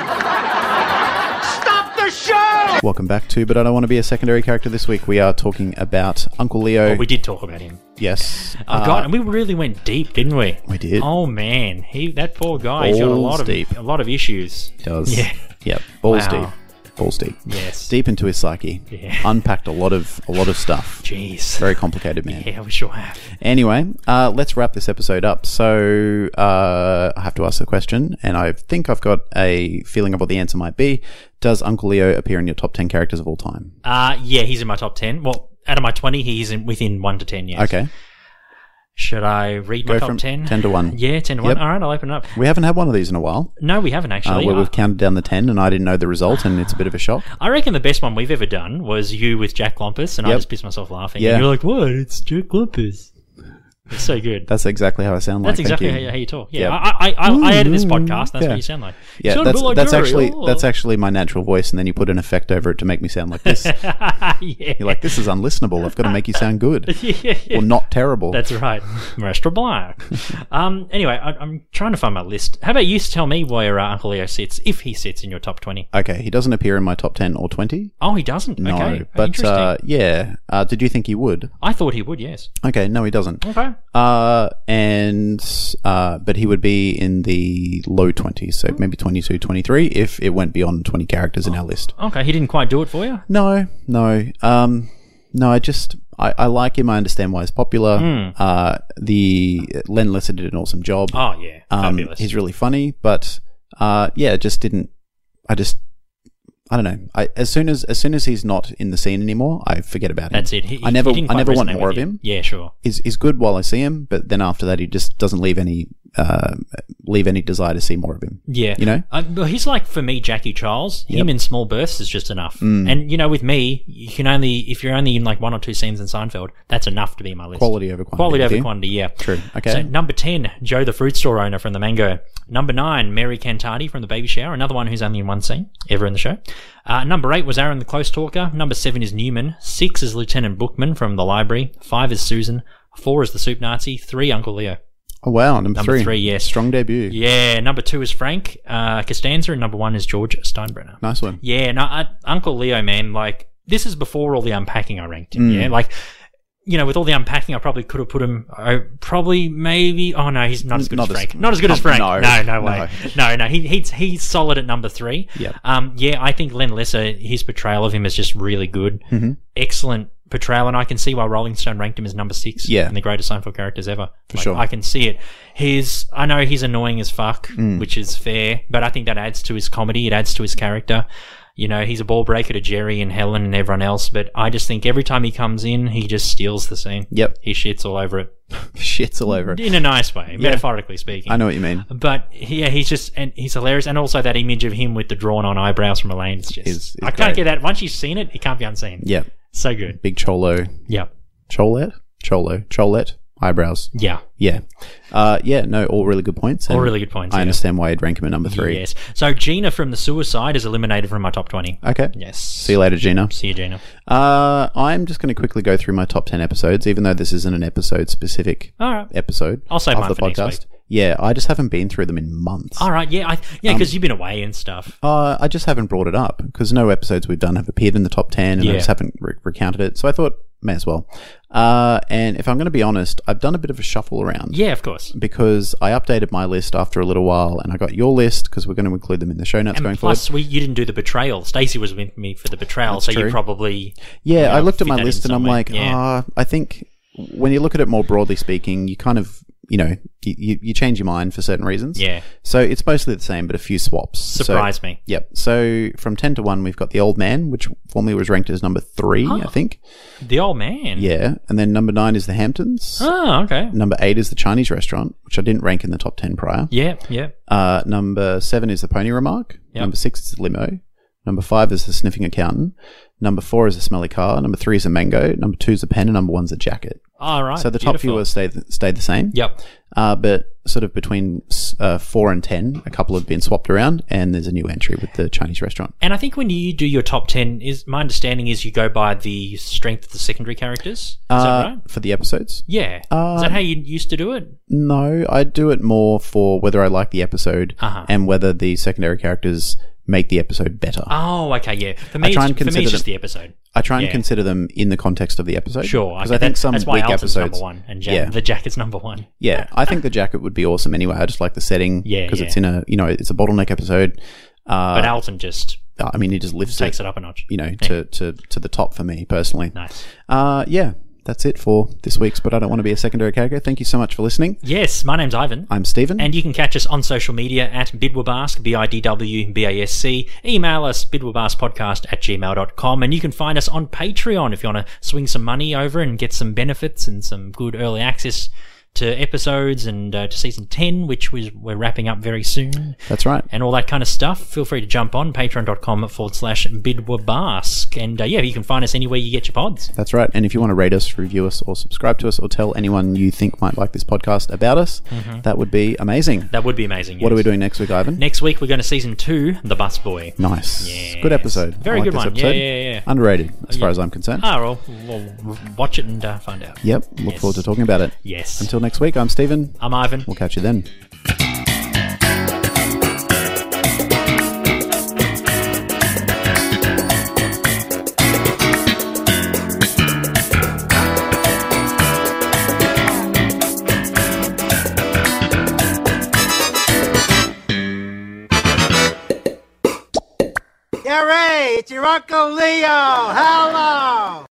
B: Stop the show.
D: Welcome back to But I Don't Want to Be a Secondary Character this week. We are talking about Uncle Leo.
E: But Oh, we did talk about him.
D: yes.
E: Oh, God, and we really went deep, didn't we?
D: Uh, We did.
E: Oh, man. he That poor guy, he's got a
D: Balls
E: lot, of,
D: deep.
E: a lot of issues.
D: does.
E: Yeah.
D: Yep. Balls
E: Wow.
D: deep. Balls deep.
E: Yes.
D: Deep into his psyche.
E: Yeah.
D: Unpacked a lot of a lot of stuff.
E: Jeez.
D: Very complicated man.
E: Yeah, we sure have.
D: Anyway, uh, let's wrap this episode up. So uh, I have to ask a question, and I think I've got a feeling of what the answer might be. Does Uncle Leo appear in your top ten characters of all time?
E: Uh, yeah, he's in my top 10. Well, out of my 20, he's in, within 1 to 10, yes.
D: Okay,
E: Should I read my
D: Go
E: top
D: from
E: 10?
D: 10 to 1.
E: Yeah, 10 to 1.
D: Yep.
E: All right, I'll open it up.
D: we haven't had one of these in a while,
E: No, we haven't
D: uh,
E: actually.
D: where
E: I-
D: we've counted down the ten, and I didn't know the result, and it's a bit of a shock.
E: I reckon the best one we've ever done was you with Jack Lumpus, and I
D: Yep.
E: just pissed myself laughing.
D: Yeah.
E: And you're like, what? It's Jack Lumpus. It's so good.
D: That's exactly how I sound like.
E: That's
D: thank
E: exactly
D: you.
E: how you, how you talk. Yeah,
D: Yeah.
E: I, I, I, I edit this podcast. That's
D: Yeah.
E: what you sound like. You
D: Yeah,
E: sound
D: that's
E: a bit like
D: that's
E: Jerry.
D: actually
E: Oh.
D: that's actually my natural voice, and then you put an effect over it to make me sound like this.
E: yeah.
D: You're like, this is unlistenable. I've got to make you sound good
E: yeah, yeah.
D: or not terrible.
E: That's right, Maestro Black. um, anyway, I, I'm trying to find my list. How about you tell me where uh, Uncle Leo sits, if he sits in your top twenty?
D: okay. He doesn't appear in my top ten or twenty.
E: Oh, he doesn't.
D: No,
E: okay.
D: but
E: Interesting.
D: uh, yeah. Uh, did you think he would?
E: I thought he would. Yes.
D: Okay, no, he doesn't.
E: Okay.
D: Uh, and uh, but he would be in the low twenties,
E: Hmm.
D: so maybe 22, 23 if it went beyond
E: Oh.
D: twenty characters in our list.
E: Okay. He didn't quite do it for you.
D: No, no, um, no. I just I, I like him. I understand why he's popular. Uh, the Len Lesser did an awesome job.
E: Hmm. Oh yeah,
D: Um,
E: fabulous.
D: he's really funny, but uh, yeah, it just didn't. I just, I don't know. I, as soon as as soon as he's not in the scene anymore, I forget about him.
E: That's it. He-
D: I never,
E: he didn't
D: I
E: quite
D: never want
E: resonate
D: more of
E: with you.
D: him.
E: Yeah, sure.
D: Is is good while I see him, but then after that, he just doesn't leave any uh, leave any desire to see more of him.
E: Yeah,
D: You know?
E: Uh, well, he's like for me, Jackie Charles. Him in small bursts is just enough.
D: Mm.
E: And you know, with me, you can only if you're only in like one or two scenes in Seinfeld, that's enough to be in my list.
D: Quality over quantity,
E: Quality
D: I
E: over
D: think.
E: quantity. Yeah,
D: True. Okay.
E: So number ten, Joe the fruit store owner from the Mango. Number nine, Mary Cantati from the Baby Shower. Another one who's only in one scene ever in the show. Uh, number eight was Aaron the Close Talker. Number seven is Newman. Six is Lieutenant Bookman from the Library. Five is Susan. Four is the Soup Nazi. Three, Uncle Leo.
D: Oh wow, number,
E: Number three, yes.
D: strong debut.
E: Yeah, number two is Frank uh, Costanza, and number one is George Steinbrenner.
D: Nice one.
E: Yeah, no, I, Uncle Leo, man, like this is before all the unpacking I ranked him.
D: Mm.
E: Yeah, like you know, with all the unpacking, I probably could have put him. I probably maybe. Oh no, he's not as good
D: Not
E: as
D: as-
E: Frank. not as good as
D: no,
E: Frank. No, no,
D: no.
E: way. No, no, he, he's he's solid at number three.
D: Yep.
E: Um. Yeah, I think Len Lesser, his portrayal of him is just really good.
D: Mm-hmm.
E: Excellent portrayal, and I can see why Rolling Stone ranked him as number six.
D: Yeah.
E: In the greatest Seinfeld characters ever. For
D: sure.
E: I can see it. He's. I know he's annoying as fuck,
D: Mm.
E: which is fair, but I think that adds to his comedy. It adds to his character. You know, he's a ball breaker to Jerry and Helen and everyone else, but I just think every time he comes in, he just steals the scene.
D: Yep.
E: He shits all over it.
D: Shit's all over it.
E: In a nice way, metaphorically speaking.
D: I know what you mean.
E: But yeah, he's just and he's hilarious, and also that image of him with the drawn-on eyebrows from Elaine is just
D: Is- is
E: I can't
D: great.
E: get that. Once you've seen it, it can't be unseen.
D: Yep.
E: so good.
D: Big cholo,
E: Yeah,
D: cholet, cholo, cholet, eyebrows.
E: yeah,
D: Yeah. Uh, yeah. No, all really good points.
E: all
D: and
E: really good points.
D: I
E: yeah.
D: understand why you'd rank him at number three.
E: Yes. So Gina from the Suicide is eliminated from my top twenty.
D: Okay.
E: Yes.
D: See you later, Gina.
E: See you, Gina.
D: Uh, I'm just going to quickly go through my top 10 episodes, even though this isn't an episode specific
E: All right.
D: episode
E: I'll save
D: of
E: mine
D: the
E: for next
D: podcast. Yeah, I just haven't been through them in months.
E: All right. Yeah. I,
D: Um,
E: yeah. Because you've been away and stuff.
D: Uh, I just haven't brought it up because no episodes we've done have appeared in the top 10 and
E: Yeah.
D: I just haven't re- recounted it. So I thought, may as well. Uh, and if I'm going to be honest, I've done a bit of a shuffle around.
E: Yeah. Of course.
D: Because I updated my list after a little while and I got your list because we're going to include them in the show notes
E: And
D: going forward.
E: plus, we you didn't do the betrayal. Stacey was with me for the betrayal, so
D: true.
E: you probably
D: Yeah, I looked at
E: fit
D: my
E: that in
D: list and I'm
E: somewhere.
D: like,
E: Yeah.
D: ah, I think when you look at it more broadly speaking, you kind of, you know, you- you, you change your mind for certain reasons.
E: Yeah.
D: So it's mostly the same, but a few swaps. So-
E: surprised me.
D: Yep. So from 10 to 1, we've got The Old Man, which formerly was ranked as number 3, I think.
E: The old man.
D: Yeah. And then number 9 is The Hamptons.
E: Oh, okay.
D: Number 8 is The Chinese Restaurant, which I didn't rank in the top 10 prior.
E: Yeah. Yeah.
D: Uh, number seven is the pony remark.
E: Yep.
D: Number six is the limo. Number five is the sniffing accountant. Number four is a smelly car. Number three is a mango. Number two is a pen, and number one's a jacket.
E: All right.
D: so the top
E: beautiful.
D: few stayed stayed the same.
E: Yep.
D: Uh, but sort of between s- uh, four and ten, a couple have been swapped around, and there's a new entry with the Chinese restaurant.
E: And I think when you do your top ten, is my understanding is you go by the strength of the secondary characters. Is
D: Uh, um,
E: that right?
D: For the episodes,
E: Yeah. is that how you used to do it?
D: no, I do it more for whether I like the episode
E: Uh-huh.
D: and whether the secondary characters make the episode better.
E: Oh, okay, yeah. For me,
D: try
E: it's,
D: and
E: for me
D: consider
E: it's just
D: them-
E: the episode.
D: I try and
E: Yeah.
D: consider them in the context of the episode.
E: Sure,
D: because
E: okay,
D: I think
E: that's,
D: some
E: that's why
D: weak
E: Alton's
D: episodes.
E: number one and ja-
D: yeah.
E: the jacket's number one.
D: Yeah, I think the jacket would be awesome anyway. I just like the setting.
E: Yeah,
D: because
E: yeah.
D: it's in a you know it's a bottleneck episode.
E: But Alton just
D: I mean, it just lifts
E: takes
D: it,
E: it up a notch.
D: Uh, you know, to, to to the top for me personally.
E: Nice.
D: Uh, yeah, that's it for this week's. But I don't want to be a secondary character. Thank you so much for listening.
E: Yes, my name's Ivan.
D: I'm Stephen.
E: and you can catch us on social media at Bidwabask, B I D W B A S C. Email us, bidwabaskpodcast at gmail.com. And you can find us on Patreon if you want to swing some money over and get some benefits and some good early access to episodes and uh, to season 10, which we, we're wrapping up very soon.
D: that's right.
E: and all that kind of stuff, feel free to jump on patreon.com forward slash bidwabask. And uh, yeah, you can find us anywhere you get your pods.
D: That's right. And if you want to rate us, review us, or subscribe to us, or tell anyone you think might like this podcast about us, that would be amazing.
E: That would be amazing.
D: What are
E: Mm-hmm. yes.
D: we doing next week, Ivan?
E: Next week, we're going to season two, The Bus Boy.
D: Nice.
E: Yes.
D: Good episode.
E: Very
D: I like
E: good
D: this
E: one. Yeah,
D: episode.
E: yeah, yeah.
D: Underrated, as far as I'm concerned.
E: Ah, well, we'll watch it and uh, find out.
D: Yep. Look
E: Yes.
D: forward to talking about it.
E: Yes.
D: Until next week, I'm Stephen.
E: I'm Ivan.
D: We'll catch you then.
B: Gary, it's your Uncle Leo. Hello.